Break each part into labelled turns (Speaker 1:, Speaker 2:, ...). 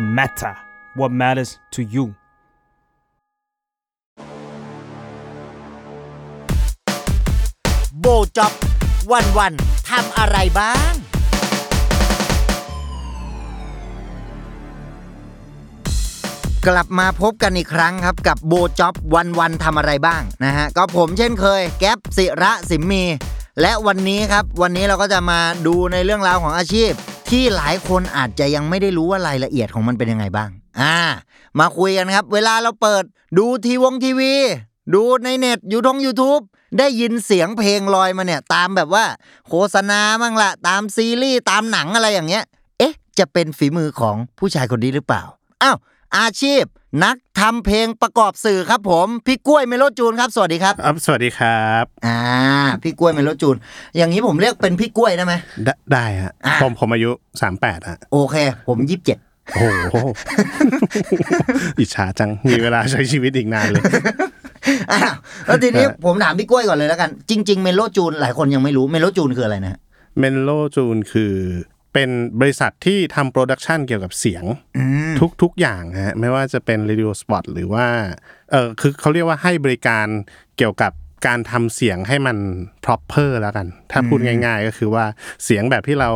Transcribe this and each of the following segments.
Speaker 1: matter what matters to you
Speaker 2: โบจ็อบวันวันๆทำอะไรบ้าง กลับมาพบกันอีกครั้งครับกับโบจ็อบวันวันๆทำอะไรบ้างนะฮะก็ผมเช่นเคย แก๊ปสิระสิมมี และวันนี้ครับวันนี้เราก็จะมาดูในเรื่องราวของอาชีพ ที่หลายคนอาจจะยังไม่ได้รู้ว่ารายละเอียดของมันเป็นยังไงบ้าง อ่า มาคุยกันครับ เวลาเราเปิดดูทีวงทีวี ดูในเน็ตยูทง YouTube ได้ยินเสียงเพลงลอยมาเนี่ย ตามแบบว่า โฆษณาบ้างละตามซีรีส์ตามหนังอะไรอย่างเงี้ย เอ๊ะ จะเป็นฝีมือของผู้ชายคนนี้หรือเปล่า อ้าว อาชีพ นักทำเพลงประกอบสื่อครับผม พี่กล้วยเมโลจูนครับ สวัสดีครับ
Speaker 3: ครับสวัสดีครับ
Speaker 2: อ่า พี่กล้วยเมโลจูน อย่างนี้ผมเรียกเป็นพี่กล้วยได้ไหม
Speaker 3: ไดได้ฮะ
Speaker 2: อ่ะ
Speaker 3: ผมผมอายุสามแปดฮะ
Speaker 2: โอเค ผมยี่สิบเจ็ด
Speaker 3: โอ้โห อิจฉาจัง มีเวลาใช้ชีวิตอีกน านเลย
Speaker 2: อ้าวแล้วทีนี้
Speaker 3: ฮะ
Speaker 2: ผมถามพี่กล้วยก่อนเลยแล้วกัน จริง ๆ เมโลจูนหลายคนยังไม่รู้เมโลจูนคืออะไรนะฮะ
Speaker 3: เมนโลจูนคือเป็นบริษัทที่ทำโปรดักชันเกี่ยวกับเสียง
Speaker 2: อืม
Speaker 3: ทุกทุกอย่างฮะไม่ว่าจะเป็น Radio Spot หรือว่าเออคือเขาเรียกว่าให้บริการเกี่ยวกับการทำเสียงให้มัน proper แล้วกัน ถ้าพูดง่าย ๆ ก็คือว่าเสียงแบบที่เรา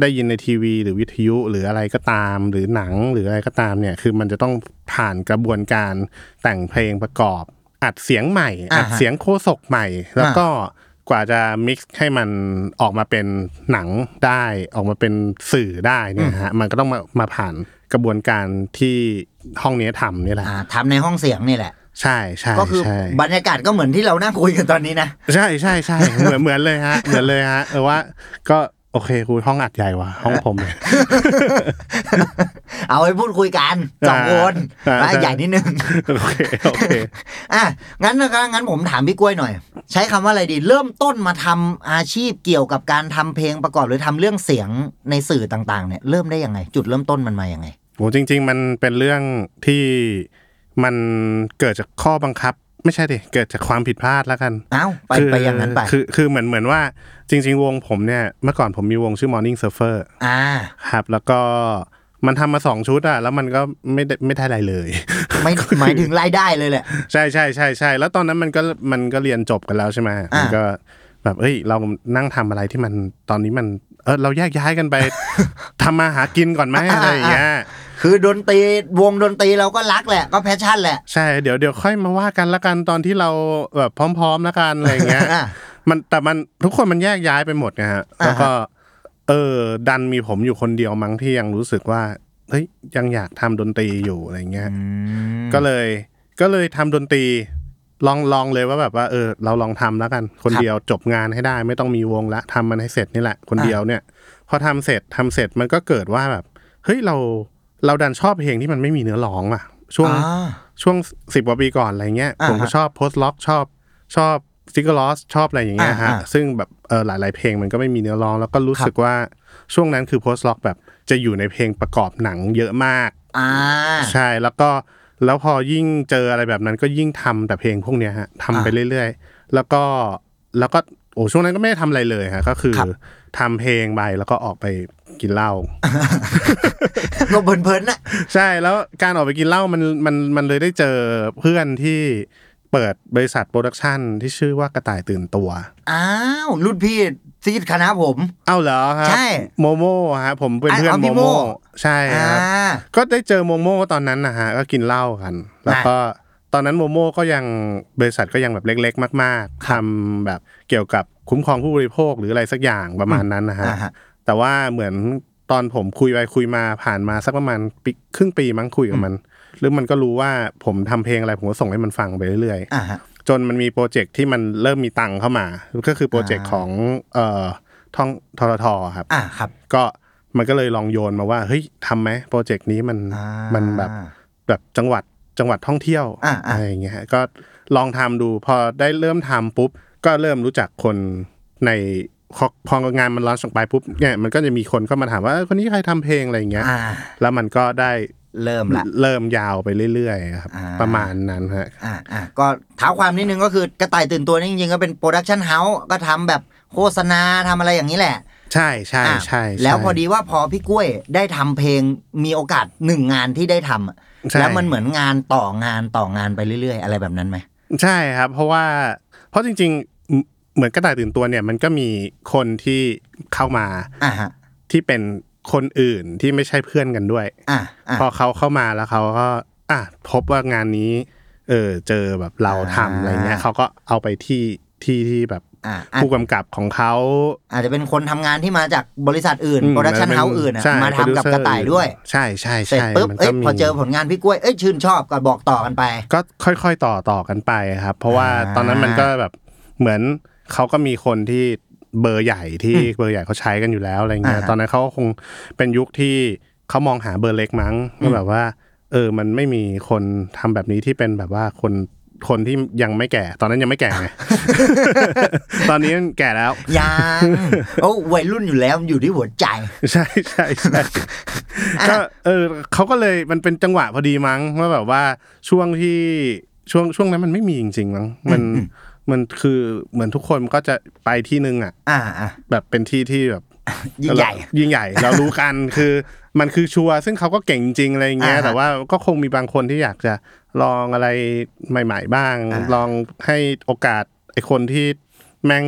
Speaker 3: ได้ยินในทีวี หรือวิทยุหรืออะไรก็ตาม หรือหนังหรืออะไรก็ตามเนี่ยคือมันจะต้องผ่านกระบวนการแต่งเพลงประกอบ อัดเสียงใหม่
Speaker 2: อ่าฮะ
Speaker 3: อัดเสียงโคศกใหม่ แล้วก็กว่าจะมิกซ์ให้มันออกมาเป็นหนังได้ออกมาเป็นสื่อได้เนี่ยฮะมันก็ต้องมามาผ่านกระบวนการที่ห้องนี้ทำนี่แหละ
Speaker 2: ่าทำในห้องเสียงนี่แหละ
Speaker 3: ใช่ใช่
Speaker 2: ก็คือ
Speaker 3: ใช่
Speaker 2: บรรยากาศก็เหมือนที่เรานั่งคุยกันตอนนี้นะ
Speaker 3: ใช่ใช่ใช่เหมือนเหมือนเลยฮะเหมือนเลยฮะเออว่าก็โอเคครูห้องอัดใหญ่ว่ะห้องผมเนี่ย
Speaker 2: เอาไว้พูดคุยกันสองคน
Speaker 3: อ่า
Speaker 2: มาใหญ่นิดนึง
Speaker 3: โอเคโอเค
Speaker 2: อ่ะงั้นนะครับงั้นผมถามพี่กล้วยหน่อย ใช้คำว่าอะไรดี เริ่มต้นมาทำอาชีพเกี่ยวกับการทำเพลงประกอบหรือทำเรื่องเสียงในสื่อต่างๆเนี่ยเริ่มได้ยังไง จุดเริ่มต้นมันมายังไง
Speaker 3: โหจริง ๆ มันเป็นเรื่องที่มันเกิดจากข้อบังคับ ไม่ใช่ดิเกิดจากความผิดพลาดแล้วกัน
Speaker 2: เอ้าไป
Speaker 3: คือ
Speaker 2: ไปอย่างนั้นไป
Speaker 3: คือคือเหมือนเหมือนว่าจริง ๆ วงผมเนี่ยเมื่อก่อนผมมีวงชื่อ Morning Surfer
Speaker 2: อ่า
Speaker 3: ครับ แล้วก็มันทำมาสองชุดอะแล้วมันก็ไม่ได้ไม่ได้อะไรเลย
Speaker 2: ไม่หมายถึงรายได้เลยแหละ
Speaker 3: ใช่ใช่ใช่ใช่แล้วตอนนั้นมันก็มันก็เรียนจบกันแล้วใช่ไหม
Speaker 2: อ่ามั
Speaker 3: มันก็แบบเอ้ย เรานั่งทำอะไรที่มันตอนนี้มันเออเราแยกย้ายกันไป ทำมาหากินก่อนไหมอะไรอย่างเงี้ย
Speaker 2: คือดนตรีวงดนตรีเราก็รักแหละก็แพชชั่นแหละ
Speaker 3: ใช่เดี๋ยวเดี๋ยวค่อยมาว่ากันละกันตอนที่เราแบบพร้อม ๆละกันอะไรอย่างเงี้ย
Speaker 2: อ่ะ
Speaker 3: มันแต่มันทุกคนมันแยกย้ายไปหมดนะฮะแล้วก็ เออ ดันมีผมอยู่คนเดียวมั้งที่ยังรู้สึกว่าเฮ้ยยังอยากทำดนตรีอยู่อะไรเงี้ยก็เลยก็เลยทำดนตรีลองลองเลยว่าแบบว่าเออ เราลองทำแล้วกัน คน
Speaker 2: ครับ
Speaker 3: เดียวจบงานให้ได้ ไม่ต้องมีวงละทำมันให้เสร็จนี่แหละ คนเดียวเนี่ย พอทำเสร็จทำเสร็จมันก็เกิดว่าแบบเฮ้ยเราเราดันชอบเพลงที่มันไม่มีเนื้อร้องอ่ะช่วง
Speaker 2: อ่า
Speaker 3: ช่วงสิบกว่าปีก่อนอะไรเงี้ย
Speaker 2: อ่าฮะ
Speaker 3: ผมก็ชอบโพสต์ล็อกชอบชอบซิกเกอร์ลอสชอบอะไรอย่างเงี้ย
Speaker 2: อ่า
Speaker 3: ฮะ
Speaker 2: อ่า
Speaker 3: ซึ่งแบบเออหลาย ๆ เพลงมันก็ไม่มีเนื้อร้อง แล้วก็รู้สึกว่าช่วงนั้นคือโพสต์ล็อกแบบจะอยู่ในเพลงประกอบหนังเยอะมาก
Speaker 2: อ่า
Speaker 3: ใช่แล้วก็แล้วพอยิ่งเจออะไรแบบนั้นก็ยิ่งทำแต่เพลงพวกเนี้ยฮะทำไปเรื่อยๆ แล้วก็แล้วก็โอ้ช่วงนั้นก็ไม่ได้ทำอะไรเลยฮะก็คือ
Speaker 2: ครับ
Speaker 3: ทำเพลงไปแล้วก็ออกไปกินเหล้า
Speaker 2: ก็เพลินๆนะ
Speaker 3: ใช่แล้วการออกไปกินเหล้ามันมันมันเลยได้เจอเพื่อนที่เปิดบริษัทโปรดักชันที่ชื่อว่ากระต่ายตื่นตัว
Speaker 2: อ้าวรุ่นพี่ซีดคณะผม
Speaker 3: เอ้าเหรอครับ
Speaker 2: ใช่
Speaker 3: โมโม่ฮะผมเป็นเพื่อน
Speaker 2: อ่ะเอาพี่
Speaker 3: โมโม่
Speaker 2: โม่
Speaker 3: ใช่
Speaker 2: อ่า
Speaker 3: ครับก็ได้เจอโมโม่ตอนนั้นนะฮะก็กินเหล้ากัน แล้วก็ตอนนั้นโมโม่ก็ยังบริษัทก็ยังแบบเล็ก ๆ มาก ๆทำแบบเกี่ยวกับคุ้มครองผู้บริโภคหรืออะไรสักอย่างประมาณนั้นนะฮะ
Speaker 2: อ่าฮะ
Speaker 3: แต่ว่าเหมือนตอนผมคุยไปคุยมาผ่านมาสักประมาณปีครึ่งปีมั้งคุยกับมัน หรือมันก็รู้ว่าผมทำเพลงอะไรผมก็ส่งให้มันฟังไปเรื่อย
Speaker 2: อ่าฮะ
Speaker 3: ๆ จนมันมีโปรเจกต์ที่มันเริ่มมีตังค์เข้ามา ก็คือโปรเจกต์ของเอ่อท่องทรทครับ
Speaker 2: อ่าครับ
Speaker 3: ก็มันก็เลยลองโยนมาว่าเฮ้ยทำไหมโปรเจกต์นี้มัน
Speaker 2: อ่ามั
Speaker 3: มันแบบแบบจังหวัดจังหวัดท่องเที่ยว
Speaker 2: อ่าอ่า
Speaker 3: อะไรอย่างเงี้ยฮะก็ลองทำดูพอได้เริ่มทำปุ๊บ ก็เริ่มรู้จักคนในพอพองานมันร้อนส่งไปปุ๊บเนี่ยมันก็จะมีคนเข้ามาถามว่าเอ้ยคนนี้ใครทำเพลงอะไรอย่างเงี้ย
Speaker 2: อ่า
Speaker 3: แล้วมันก็ได้
Speaker 2: เริ่มละ
Speaker 3: เริ่มยาวไปเรื่อยๆครับ
Speaker 2: อ่า
Speaker 3: ประมาณนั้นฮะ
Speaker 2: อ่าอ่าก็เท้าความนิดนึงก็คือกระต่ายตื่นตัวนี่จริงๆ ก็เป็นโปรดักชันเฮาส์ก็ทำแบบโฆษณาทำอะไรอย่างนี้แหละ
Speaker 3: ใช่ใช่
Speaker 2: อ่ะ
Speaker 3: ใช่ใช่
Speaker 2: แล้วพอดีว่าพอพี่กล้วยได้ทำเพลงมีโอกาสหนึ่งงานที่ได้ทำอะ
Speaker 3: ใช่
Speaker 2: แล้วมันเหมือนงานต่องานต่องานไปเรื่อย ๆ อะไรแบบนั้นไหม
Speaker 3: ใช่ครับ เพราะว่าเพราะจริงๆเหมือนเหมือนกระต่ายตื่นตัวเนี่ยมันก็มีคนที่เข้ามา
Speaker 2: อ่ะฮะ
Speaker 3: ที่เป็นคนอื่นที่ไม่ใช่เพื่อนกันด้วย
Speaker 2: อ่ะอ่ะ
Speaker 3: พอเขาเข้ามาแล้วเขาก็อ่ะพบว่างานนี้ เออเจอแบบเราทำอะไรเงี้ย
Speaker 2: อ่า
Speaker 3: เขาก็เอาไปที่ที่ที่แบบ
Speaker 2: อ่ะอาจ
Speaker 3: ผู้กำกับของเขา
Speaker 2: อาจจะเป็นคนทำงานที่มาจากบริษัทอื่น
Speaker 3: อืม
Speaker 2: โปรดักชัน
Speaker 3: มั
Speaker 2: เฮาส์อื่นอะ
Speaker 3: ใช่
Speaker 2: มาทำกับ
Speaker 3: producer
Speaker 2: กระต่ายด้วย
Speaker 3: ใช่ใช่
Speaker 2: เสร็จ
Speaker 3: ใช่
Speaker 2: ปุ๊บ
Speaker 3: มัน
Speaker 2: เอ้
Speaker 3: ก็
Speaker 2: ย
Speaker 3: มี
Speaker 2: พอเจอผลงานพี่กล้วยเอ้ยชื่นชอบก็บอกต่อกันไป
Speaker 3: ก็ค่อยๆต่อต่อกันไปครับ เพราะว่า
Speaker 2: อ่า
Speaker 3: ตอนนั้นมันก็แบบเหมือนเขาก็มีคนที่เบอร์ใหญ่ที่เบอร์ใหญ่เขาใช้กันอยู่แล้วอะไรเงี้ยตอนนั้นเขาก็คงเป็นยุคที่เขามองหาเบอร์เล็กมั้งก็แบบว่า เออมันไม่มีคนทำแบบนี้ที่เป็นแบบว่าคนคนที่ยังไม่แก่ ตอนนั้นยังไม่แก่ ไง ตอนนี้มันแก่แล้ว
Speaker 2: ยังโอ้วัยรุ่นอยู่แล้วมันอยู่ที่หัวใจ
Speaker 3: ใช่ใช่ใช่ ก็เออเขาก็เลยมันเป็นจังหวะพอดีมั้งว่าแบบว่าช่วงที่ช่วงช่วงนั้นมันไม่มีจริงๆมั้งมันมันคือเหมือนทุกคนก็จะไปที่นึงอ่ะ
Speaker 2: อ่าอ่ะ
Speaker 3: แบบเป็นที่ที่แบบ
Speaker 2: ยิ่งใหญ่
Speaker 3: ยิ่งใหญ่ เรารู้กัน คือมันคือชัวร์ซึ่งเขาก็เก่งจริงอะไรอย่างเงี้ย
Speaker 2: อ่าฮะ
Speaker 3: แต่ว่าก็คงมีบางคนที่อยากจะลองอะไรใหม่ ๆ บ้าง
Speaker 2: อ่า
Speaker 3: ลองให้โอกาสไอ้คนที่แม่ง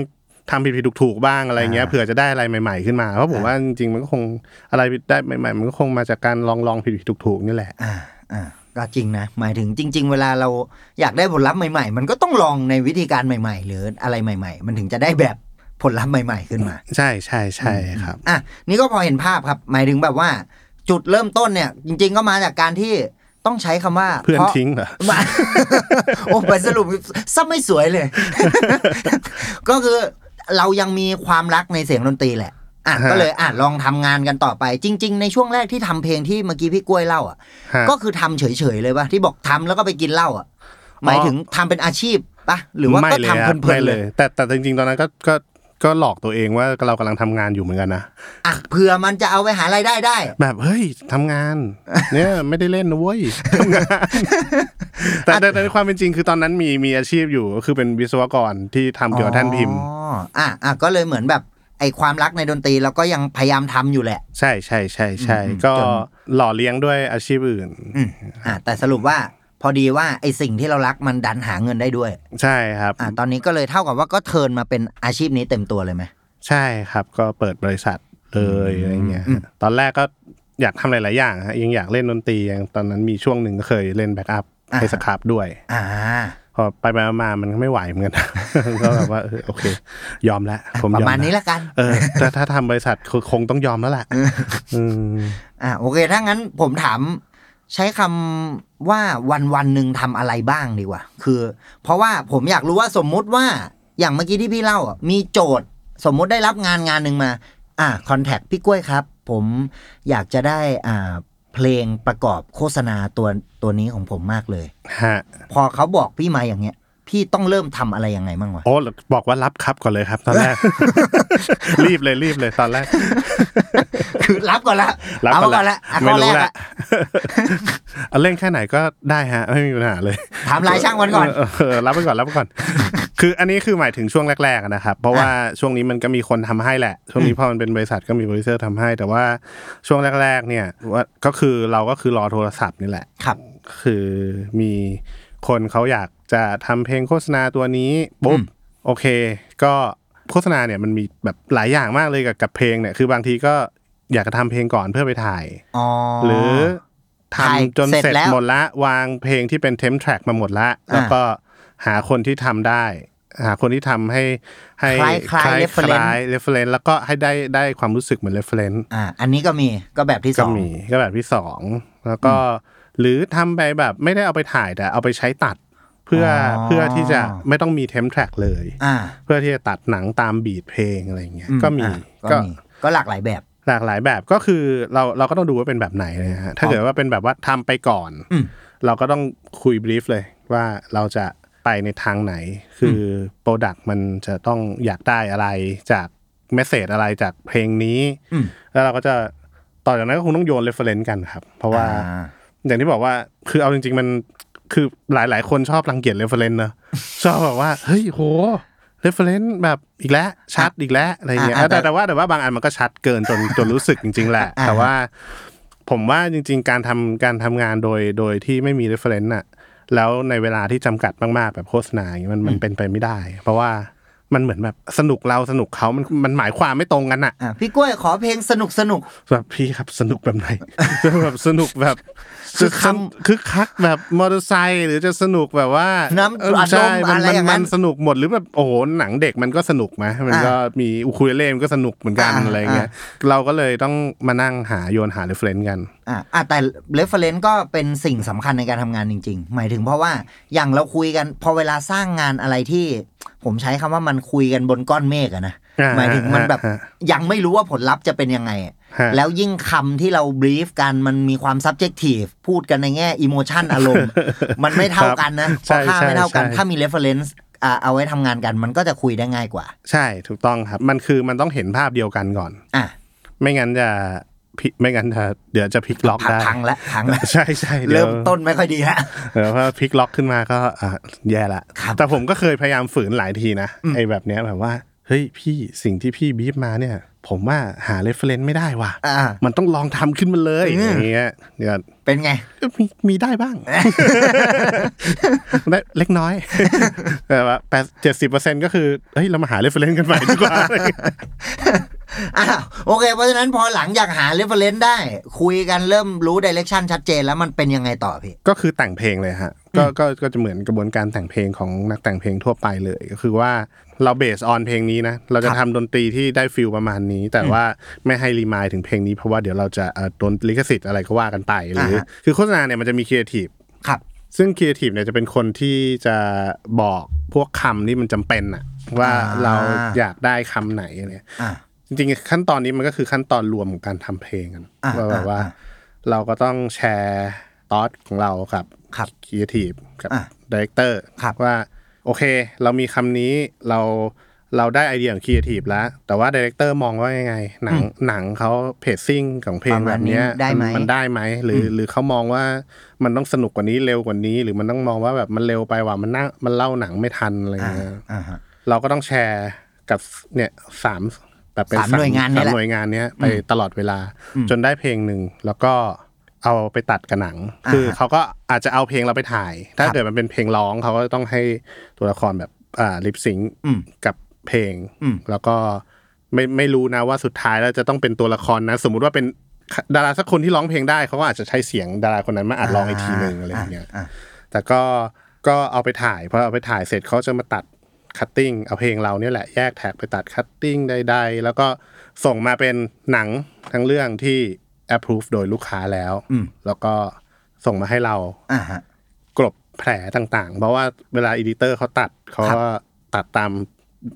Speaker 3: ทำผิดๆถูกๆบ้างอะไรเงี้ย
Speaker 2: อ่า
Speaker 3: เผื่อจะได้อะไรใหม่ ๆขึ้นมาเพราะผมว่าจริงๆมันก็คงอะไรได้ใหม่ ๆ มันก็คงมาจากการลองลองๆผิดๆถูกๆนี่แหละ
Speaker 2: อ่าอ่าก็จริงนะ หมายถึงจริง ๆ เวลาเราอยากได้ผลลัพธ์ใหม่ๆ มันก็ต้องลองในวิธีการใหม่ ๆ หรืออะไรใหม่ ๆ มันถึงจะได้แบบผลลัพธ์ใหม่ ๆ ขึ้นมา
Speaker 3: ใช่ใช่ใช่ครับ
Speaker 2: อ่ะนี่ก็พอเห็นภาพครับ หมายถึงแบบว่า จุดเริ่มต้นเนี่ย จริง ๆ ก็มาจากการที่ต้องใช้คำว่า
Speaker 3: เพื่อน
Speaker 2: พราะ
Speaker 3: ทิ้งเหรอ
Speaker 2: มา โอ้ไปสรุปซับไม่สวยเลย ก็คือเรายังมีความรักในเสียงดนตรีแหละอ่ะ
Speaker 3: ฮะ
Speaker 2: ก็เลยอ่ะลองทำงานกันต่อไป จริง ๆ ในช่วงแรกที่ทำเพลงที่เมื่อกี้พี่กล้วยเล่าอ่ะ
Speaker 3: ฮะ
Speaker 2: ก็คือทำเฉยๆเลยป่ะที่บอกทำแล้วก็ไปกินเหล้าอ่ะ หมายถึงทำเป็นอาชีพป่ะหรือว่าก็ทำ
Speaker 3: ไม่
Speaker 2: เพลินๆเลย
Speaker 3: แต่แต่จริงๆตอนนั้นก็ก็ก็หลอกตัวเองว่าเรากำลังทำงานอยู่เหมือนกันนะ
Speaker 2: อ่ะเผื่อมันจะเอาไปหารายได้ได้
Speaker 3: แบบเฮ้ยทำ งาน เนี่ยไม่ได้เล่นนะเว้ยทำงานแต่แต่แต่ในความเป็นจริงคือตอนนั้นมีมีอาชีพอยู่ก็คือเป็นวิศวกรที่ทำเกี่ยวกับแท่นพิมพ์
Speaker 2: อ๋ออ่ะอ่ะก็เลยเหมือนแบบไอความรักในดนตรีเราก็ยังพยายามทำอยู่แหละ
Speaker 3: ใช่ใช่ใช่ใช่
Speaker 2: อืมอืม
Speaker 3: ก็
Speaker 2: จน
Speaker 3: หล่อเลี้ยงด้วยอาชีพอื่น
Speaker 2: อืมอ่ะแต่สรุปว่าพอดีว่าไอสิ่งที่เรารักมันดันหาเงินได้ด้วย
Speaker 3: ใช่ครับ
Speaker 2: อ่ะตอนนี้ก็เลยเท่ากับว่าก็เทิร์นมาเป็นอาชีพนี้เต็มตัวเลยไหม
Speaker 3: ใช่ครับก็เปิดบริษัทเลยอะไรเงี้ย
Speaker 2: อืม
Speaker 3: ตอนแรกก็อยากทำหลายๆอย่างฮะยังอยากเล่นดนตรียังตอนนั้นมีช่วงหนึ่งก็เคยเล่นแบ็กอัพให้สครับด้วย
Speaker 2: อ่า
Speaker 3: พอไปไปมาๆมันก็ไม่ไหวเหมือนกัน ก็แบบว่าเออโอเค ยอมแล้วผม
Speaker 2: ประ
Speaker 3: ยอม
Speaker 2: มาณ
Speaker 3: แล้ว
Speaker 2: นี้ละกัน
Speaker 3: เออ ถ้าถ้าทำบริษัทคือคงต้องยอมแล้วแหละอืม
Speaker 2: อ่ะโอเค ถ้างั้นผมถาม ใช้คำว่าวันวันหนึ่งทำอะไรบ้างดีกว่า คือ เพราะว่าผมอยากรู้ว่าสมมุติว่าอย่างเมื่อกี้ที่พี่เล่าอ่ะมีโจทย์ สมมุติได้รับงานงานหนึ่งมา อ่ะคอนแทคพี่กล้วยครับ ผมอยากจะได้อ่าเพลงประกอบโฆษณาตัวตัวนี้ของผมมากเลย
Speaker 3: ฮะ
Speaker 2: พอเขาบอกพี่มาอย่างเงี้ย พี่ต้องเริ่มทำอะไรยังไงบ้างวะ
Speaker 3: โอ้บอกว่ารับครับก่อนเลยครับ ตอนแร ก รีบเลยรีบเลยตอนแรก
Speaker 2: คือรับก่อนละ
Speaker 3: รับ
Speaker 2: เอามา
Speaker 3: ก่
Speaker 2: ก่
Speaker 3: อ
Speaker 2: อน น
Speaker 3: ละ
Speaker 2: ละอ่ะ
Speaker 3: ไม่
Speaker 2: ข้อ
Speaker 3: รู้
Speaker 2: แรกอะ
Speaker 3: ละเอาเล่นแค่ไหนก็ได้ฮะ ไม่มีปัญหาเลย
Speaker 2: ถามรายช่างวัน ก่อน
Speaker 3: เเอรับไปก่อนรับไปก่อน คืออันนี้คือหมายถึงช่วงแรกๆอะนะครับ เพราะว่าช่วงนี้มันก็มีคนทำให้แหละ ช่วงนี้พอมันเป็นบริษัทก็มีโปรดิวเซอร์ทำให้ แต่ว่าช่วงแรก ๆ เนี่ยว่าก็คือเราก็คือรอโทรศัพท์นี่แหละ
Speaker 2: ครับ
Speaker 3: คือมีคนเขาอยากจะทำเพลงโฆษณาตัวนี้ปุ๊บโอเค ก็โฆษณาเนี่ยมันมีแบบหลายอย่างมากเลยกับกับเพลงเนี่ยคือบางทีก็อยากจะทำเพลงก่อนเพื่อไปถ่าย
Speaker 2: อ๋อ
Speaker 3: หรือ
Speaker 2: ถ่าย
Speaker 3: ทำจน
Speaker 2: เสร็จ
Speaker 3: เสร็จ
Speaker 2: แล้ว
Speaker 3: หมดละ วางเพลงที่เป็นเทม t ทร็กมาหมดละ แล้วก็หาคนที่ทำได้ หาคนที่ทำให้ให้
Speaker 2: คล้ายๆ reference
Speaker 3: เรฟเฟลนแล้วก็ให้ได้ได้ความรู้สึกเหมือนเรฟเฟลน
Speaker 2: อ่า อันนี้ก็มีก็แบบที่ส
Speaker 3: ก็
Speaker 2: อง
Speaker 3: มีก็แบบที่สองแล้วก็หรือทำไปแบบไม่ได้เอาไปถ่ายแต่เอาไปใช้ตัด เพื่ออ
Speaker 2: อ
Speaker 3: เพื่อที่จะไม่ต้องมีเทมแทร็กเลย
Speaker 2: อ่า
Speaker 3: เพื่อที่จะตัดหนังตามบีทเพลงอะไรอย่างเงี้ย
Speaker 2: อื
Speaker 3: ก็มี
Speaker 2: อ่ะก็
Speaker 3: ก็
Speaker 2: มีก็หลากหลายแบบ
Speaker 3: หลากหลายแบบก็คือเราเราก็ต้องดูว่าเป็นแบบไหนนะฮะถ้าเกิดว่าเป็นแบบว่าทำไปก่อน
Speaker 2: อืม
Speaker 3: เราก็ต้องคุยบรีฟเลยว่าเราจะไปในทางไหน คือโปรดักต์มันจะต้องอยากได้อะไรจากเมสเซจอะไรจากเพลงนี้
Speaker 2: อืม
Speaker 3: แล้วเราก็จะต่อจากนั้นก็คงต้องโยนเรฟเฟรนซ์กันครับ เพราะว่า
Speaker 2: อ่า
Speaker 3: อย่างที่บอกว่าคือเอาจ ริง ๆ มันคือหลาย ๆ คนชอบรังเกียจเรฟเฟรนซ์เนอะ ชอบแบบว่า เฮ้ยโห เรฟเฟรนซ์แบบอีกแล้วชัดอีกแล้วอะไรเงี้ย
Speaker 2: อ่า
Speaker 3: แต่
Speaker 2: แต่
Speaker 3: แต่ว่าแต่ว่าบางอันมันก็ชัดเกินจนจนรู้สึกจริง ๆ แหละ
Speaker 2: อ่า
Speaker 3: แต่ว่า ผมว่าจริง ๆ การทำการทำงานโดยโดยที่ไม่มีเรฟเฟรนซ์อะแล้วในเวลาที่จำกัดมากๆแบบโฆษณาอย่างเงี้ยมันมันเป็นไปไม่ได้ เพราะว่ามันเหมือนแบบสนุกเราสนุกเขามันมันหมายความไม่ตรงกันอะ
Speaker 2: อ่ะพี่กล้วยขอเพลงสนุกสนุก
Speaker 3: แบบพี่ครับสนุกแบบไหน แบบสนุกแบบ
Speaker 2: คึกคัก
Speaker 3: คึกคักแบบมอเตอร์ไซค์หรือจะสนุกแบบว่า
Speaker 2: น้ำ
Speaker 3: เออ
Speaker 2: อัดลม
Speaker 3: ใช่มั
Speaker 2: อะไร
Speaker 3: มั
Speaker 2: อย่างนั้
Speaker 3: มัน นสนุกหมดหรือแบบโอ้โหหนังเด็กมันก็สนุกไหมมันก็มีอูคูเลเล่มันก็สนุกเหมือนกัน
Speaker 2: อ่า
Speaker 3: อะไรเงี้ยเราก็เลยต้องมานั่งหาโยนหาเรฟเฟนกัน
Speaker 2: ๆอ่ะอ่ะแต่เรฟเฟรนซ์ก็เป็นสิ่งสำคัญในการทำงานจริง ๆ หมายถึงเพราะว่าอย่างเราคุยกันพอเวลาสร้างงานอะไรที่ ผมใช้คำว่ามันคุยกันบนก้อนเมฆอะนะ
Speaker 3: อ่า
Speaker 2: หมายถึงมันแบบ
Speaker 3: ฮะ
Speaker 2: ยังไม่รู้ว่าผลลัพธ์จะเป็นยังไงอะ
Speaker 3: ฮะ
Speaker 2: แล้วยิ่งคำที่เรา brief กันมันมีความ subjective พูดกันในแง่ emotion อารมณ์ มันไม่เท่ากันนะพ
Speaker 3: ใช่
Speaker 2: อค่าไม่เท่ากัน
Speaker 3: ใช่ใช่
Speaker 2: ถ้ามี reference อ่าเอาไว้ทำงานกันมันก็จะคุยได้ง่ายกว่า
Speaker 3: ใช่ถูกต้องครับ มันคือมันต้องเห็นภาพเดียวกันก่อน
Speaker 2: อ่ะ
Speaker 3: ไม่งั้นจะพิไม่งั้นจะเดี๋ยวจะพลิกล็อก
Speaker 2: พัง
Speaker 3: ได้
Speaker 2: พังละพังละ
Speaker 3: ใช่ใช่ดี๋ยว
Speaker 2: เริ่มต้นไม่ค่อยดีฮะ
Speaker 3: เออพอพลิกล็อกขึ้นมาก็อ่ะแย่ละ
Speaker 2: ครับ
Speaker 3: แต่ผมก็เคยพยายามฝืนหลายทีนะไอ้แบบเนี้ยแบบว่า เฮ้ยพี่สิ่งที่พี่บีบมาเนี่ย ผมว่าหาเรฟเฟรนซ์ไม่ได้ว่ะ
Speaker 2: อ่า
Speaker 3: มันต้องลองทำขึ้นมาเลย
Speaker 2: อืม
Speaker 3: อย่างเงี้ยเดี๋ยว
Speaker 2: เป็นไง
Speaker 3: เอ้ยมีมีได้บ้าง ได้เล็กน้ อย แต่ว่าแปดเจ็ดสิบเปอร์เซ็นก็คือเฮ้ยเรามาหาเรฟเฟรนซ์กันใหม่ดีกว่า
Speaker 2: อ้าวโอเค เพราะฉะนั้นพอหลังอยากหา reference ได้ คุยกันเริ่มรู้ direction ชัดเจนแล้วมันเป็นยังไงต่อพี่
Speaker 3: ก็คือแต่งเพลงเลยฮะก็ก็ก็จะเหมือนกระบวนการแต่งเพลงของนักแต่งเพลงทั่วไปเลยก็คือว่าเราเบสออนเพลงนี้นะเราจะทำดนตรีที่ได้ฟิลประมาณนี้ แต่ว่าไม่ให้รีมายถึงเพลงนี้เพราะว่าเดี๋ยวเราจะเอ่อโดนลิขสิทธิ์อะไรก็ว่ากันไปหรืออ
Speaker 2: ฮะ
Speaker 3: คือโฆษณาเนี่ยมันจะมีครีเอทีฟ
Speaker 2: ครับ
Speaker 3: ซึ่งครีเอทีฟเนี่ยจะเป็นคนที่จะบอกพวกคำที่มันจำเป็นอะว่า
Speaker 2: อ่า
Speaker 3: เราอยากได้คำไหนอะไรเนี่ย
Speaker 2: อ่ะ
Speaker 3: จริงๆ ขั้นตอนนี้มันก็คือขั้นตอนรวมของการทำเพลงกัน
Speaker 2: อ่า
Speaker 3: ว่าแบบ
Speaker 2: อ่า
Speaker 3: ว่า
Speaker 2: อ่า
Speaker 3: เราก็ต้องแชร์ทอสของเรากับ
Speaker 2: ครับ
Speaker 3: ครีเอทีฟกับ
Speaker 2: อ่า
Speaker 3: ดีเรคเตอร์
Speaker 2: ครับ
Speaker 3: ว่า โอเค เรามีคำนี้เราเราได้ไอเดียของครีเอทีฟแล้ว แต่ว่าดีเรคเตอร์มองว่ายังไง หนังหนังเขาเพจซิ่งของเพล
Speaker 2: ป
Speaker 3: ง
Speaker 2: ระ
Speaker 3: แบ
Speaker 2: มาณ
Speaker 3: บเนี้ย
Speaker 2: นี้ได้ไหม
Speaker 3: มันได้ไหมหรืออหรือเขามองว่ามันต้องสนุกกว่านี้เร็วกว่านี้ หรือมันต้องมองว่าแบบมันเร็วไปว่ะมันน่ามันเล่าหนังไม่ทันอะไร
Speaker 2: อ่า
Speaker 3: เงี้ย
Speaker 2: อ่าฮะ
Speaker 3: เราก็ต้องแชร์กับเนี่ยสามแบบเป็น
Speaker 2: สามหน่วยงานเนี่
Speaker 3: สาย ม
Speaker 2: แหละ
Speaker 3: หน่วยงานเนี้ยไปตลอดเวลา จนได้เพลงหนึ่งแล้วก็เอาไปตัดกับหนัง
Speaker 2: อ่า
Speaker 3: คือเขาก็อาจจะเอาเพลงเราไปถ่าย ถ้า
Speaker 2: ครับ
Speaker 3: เกิดมันเป็นเพลงร้องเขาก็ต้องให้ตัวละครแบบอ่าลิปซิง
Speaker 2: อืม
Speaker 3: กับเพลง
Speaker 2: อืม
Speaker 3: แล้วก็ไม่ไม่รู้นะว่าสุดท้ายแล้วจะต้องเป็นตัวละครนะ สมมุติว่าเป็นดาราสักคนที่ร้องเพลงได้เขาก็อาจจะใช้เสียงดาราคนนั้นมาอัดร้องอีกทีหนึ่งอะไรอย่างเงี้ย
Speaker 2: า
Speaker 3: แต่ก็ก็เอาไปถ่ายพอเอาไปถ่ายเสร็จเขาจะมาตัดคัตติ้งเอาเพลงเราเนี่ยแหละแยกแท็กไปตัดคัตติ้งใดๆ แล้วก็ส่งมาเป็นหนังทั้งเรื่องที่ approve โดยลูกค้าแล้ว
Speaker 2: อืม
Speaker 3: แล้วก็ส่งมาให้เรา
Speaker 2: อ่าฮะ
Speaker 3: กลบแผลต่างๆ เพราะว่าเวลาอีดิเตอร์เขาตัดเขาก็ตัดตาม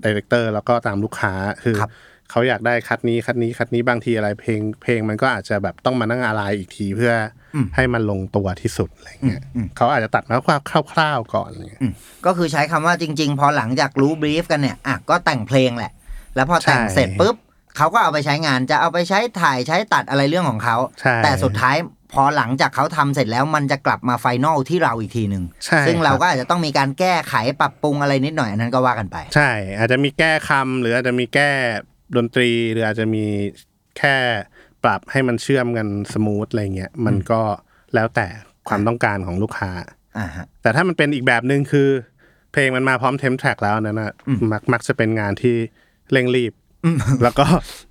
Speaker 3: ดีเรคเตอร์แล้วก็ตามลูกค้าคือ
Speaker 2: ครับ
Speaker 3: เขาอยากได้คัดนี้คัดนี้คัดนี้บางทีอะไรเพลงเพลงมันก็อาจจะแบบต้องมานั่งอะไรอีกทีเพื่ออให้มันลงตัวที่สุดอะไรเงี้ยเขาอาจจะตัดมาคร่าวๆก่อนอะไรเงี้ย
Speaker 2: ก็คือใช้คำว่าจริง ๆ พอหลังจากรู้บรีฟกันเนี่ยอ่ะก็แต่งเพลงแหละ แล้วพอแต่ง
Speaker 3: ใช่
Speaker 2: เสร็จปุ๊บเขาก็เอาไปใช้งานจะเอาไปใช้ถ่ายใช้ตัดอะไรเรื่องของเขา
Speaker 3: ใช่
Speaker 2: แต่สุดท้ายพอหลังจากเขาทำเสร็จแล้วมันจะกลับมาไฟนอลที่เราอีกทีหนึ่ง
Speaker 3: ใช่
Speaker 2: ซึ่ง
Speaker 3: ครับ
Speaker 2: เราก็อาจจะต้องมีการแก้ไขปรับปรุงอะไรนิดหน่อยอันนั้นก็ว่ากันไป
Speaker 3: ใช่อาจจะมีแก้คำหรืออาจจะมีแก้ดนตรี หรืออาจจะมีแค่ปรับให้มันเชื่อมกันสมูทอะไรเงี้ยมันก็แล้วแต่ความต้องการของลูกค้า
Speaker 2: อ่าฮะ
Speaker 3: แต่ถ้ามันเป็นอีกแบบหนึ่งคือ เพลงมันมาพร้อมเทมแทร็กแล้วนั่นนะมักมักจะเป็นงานที่เร่งรีบ แล้วก็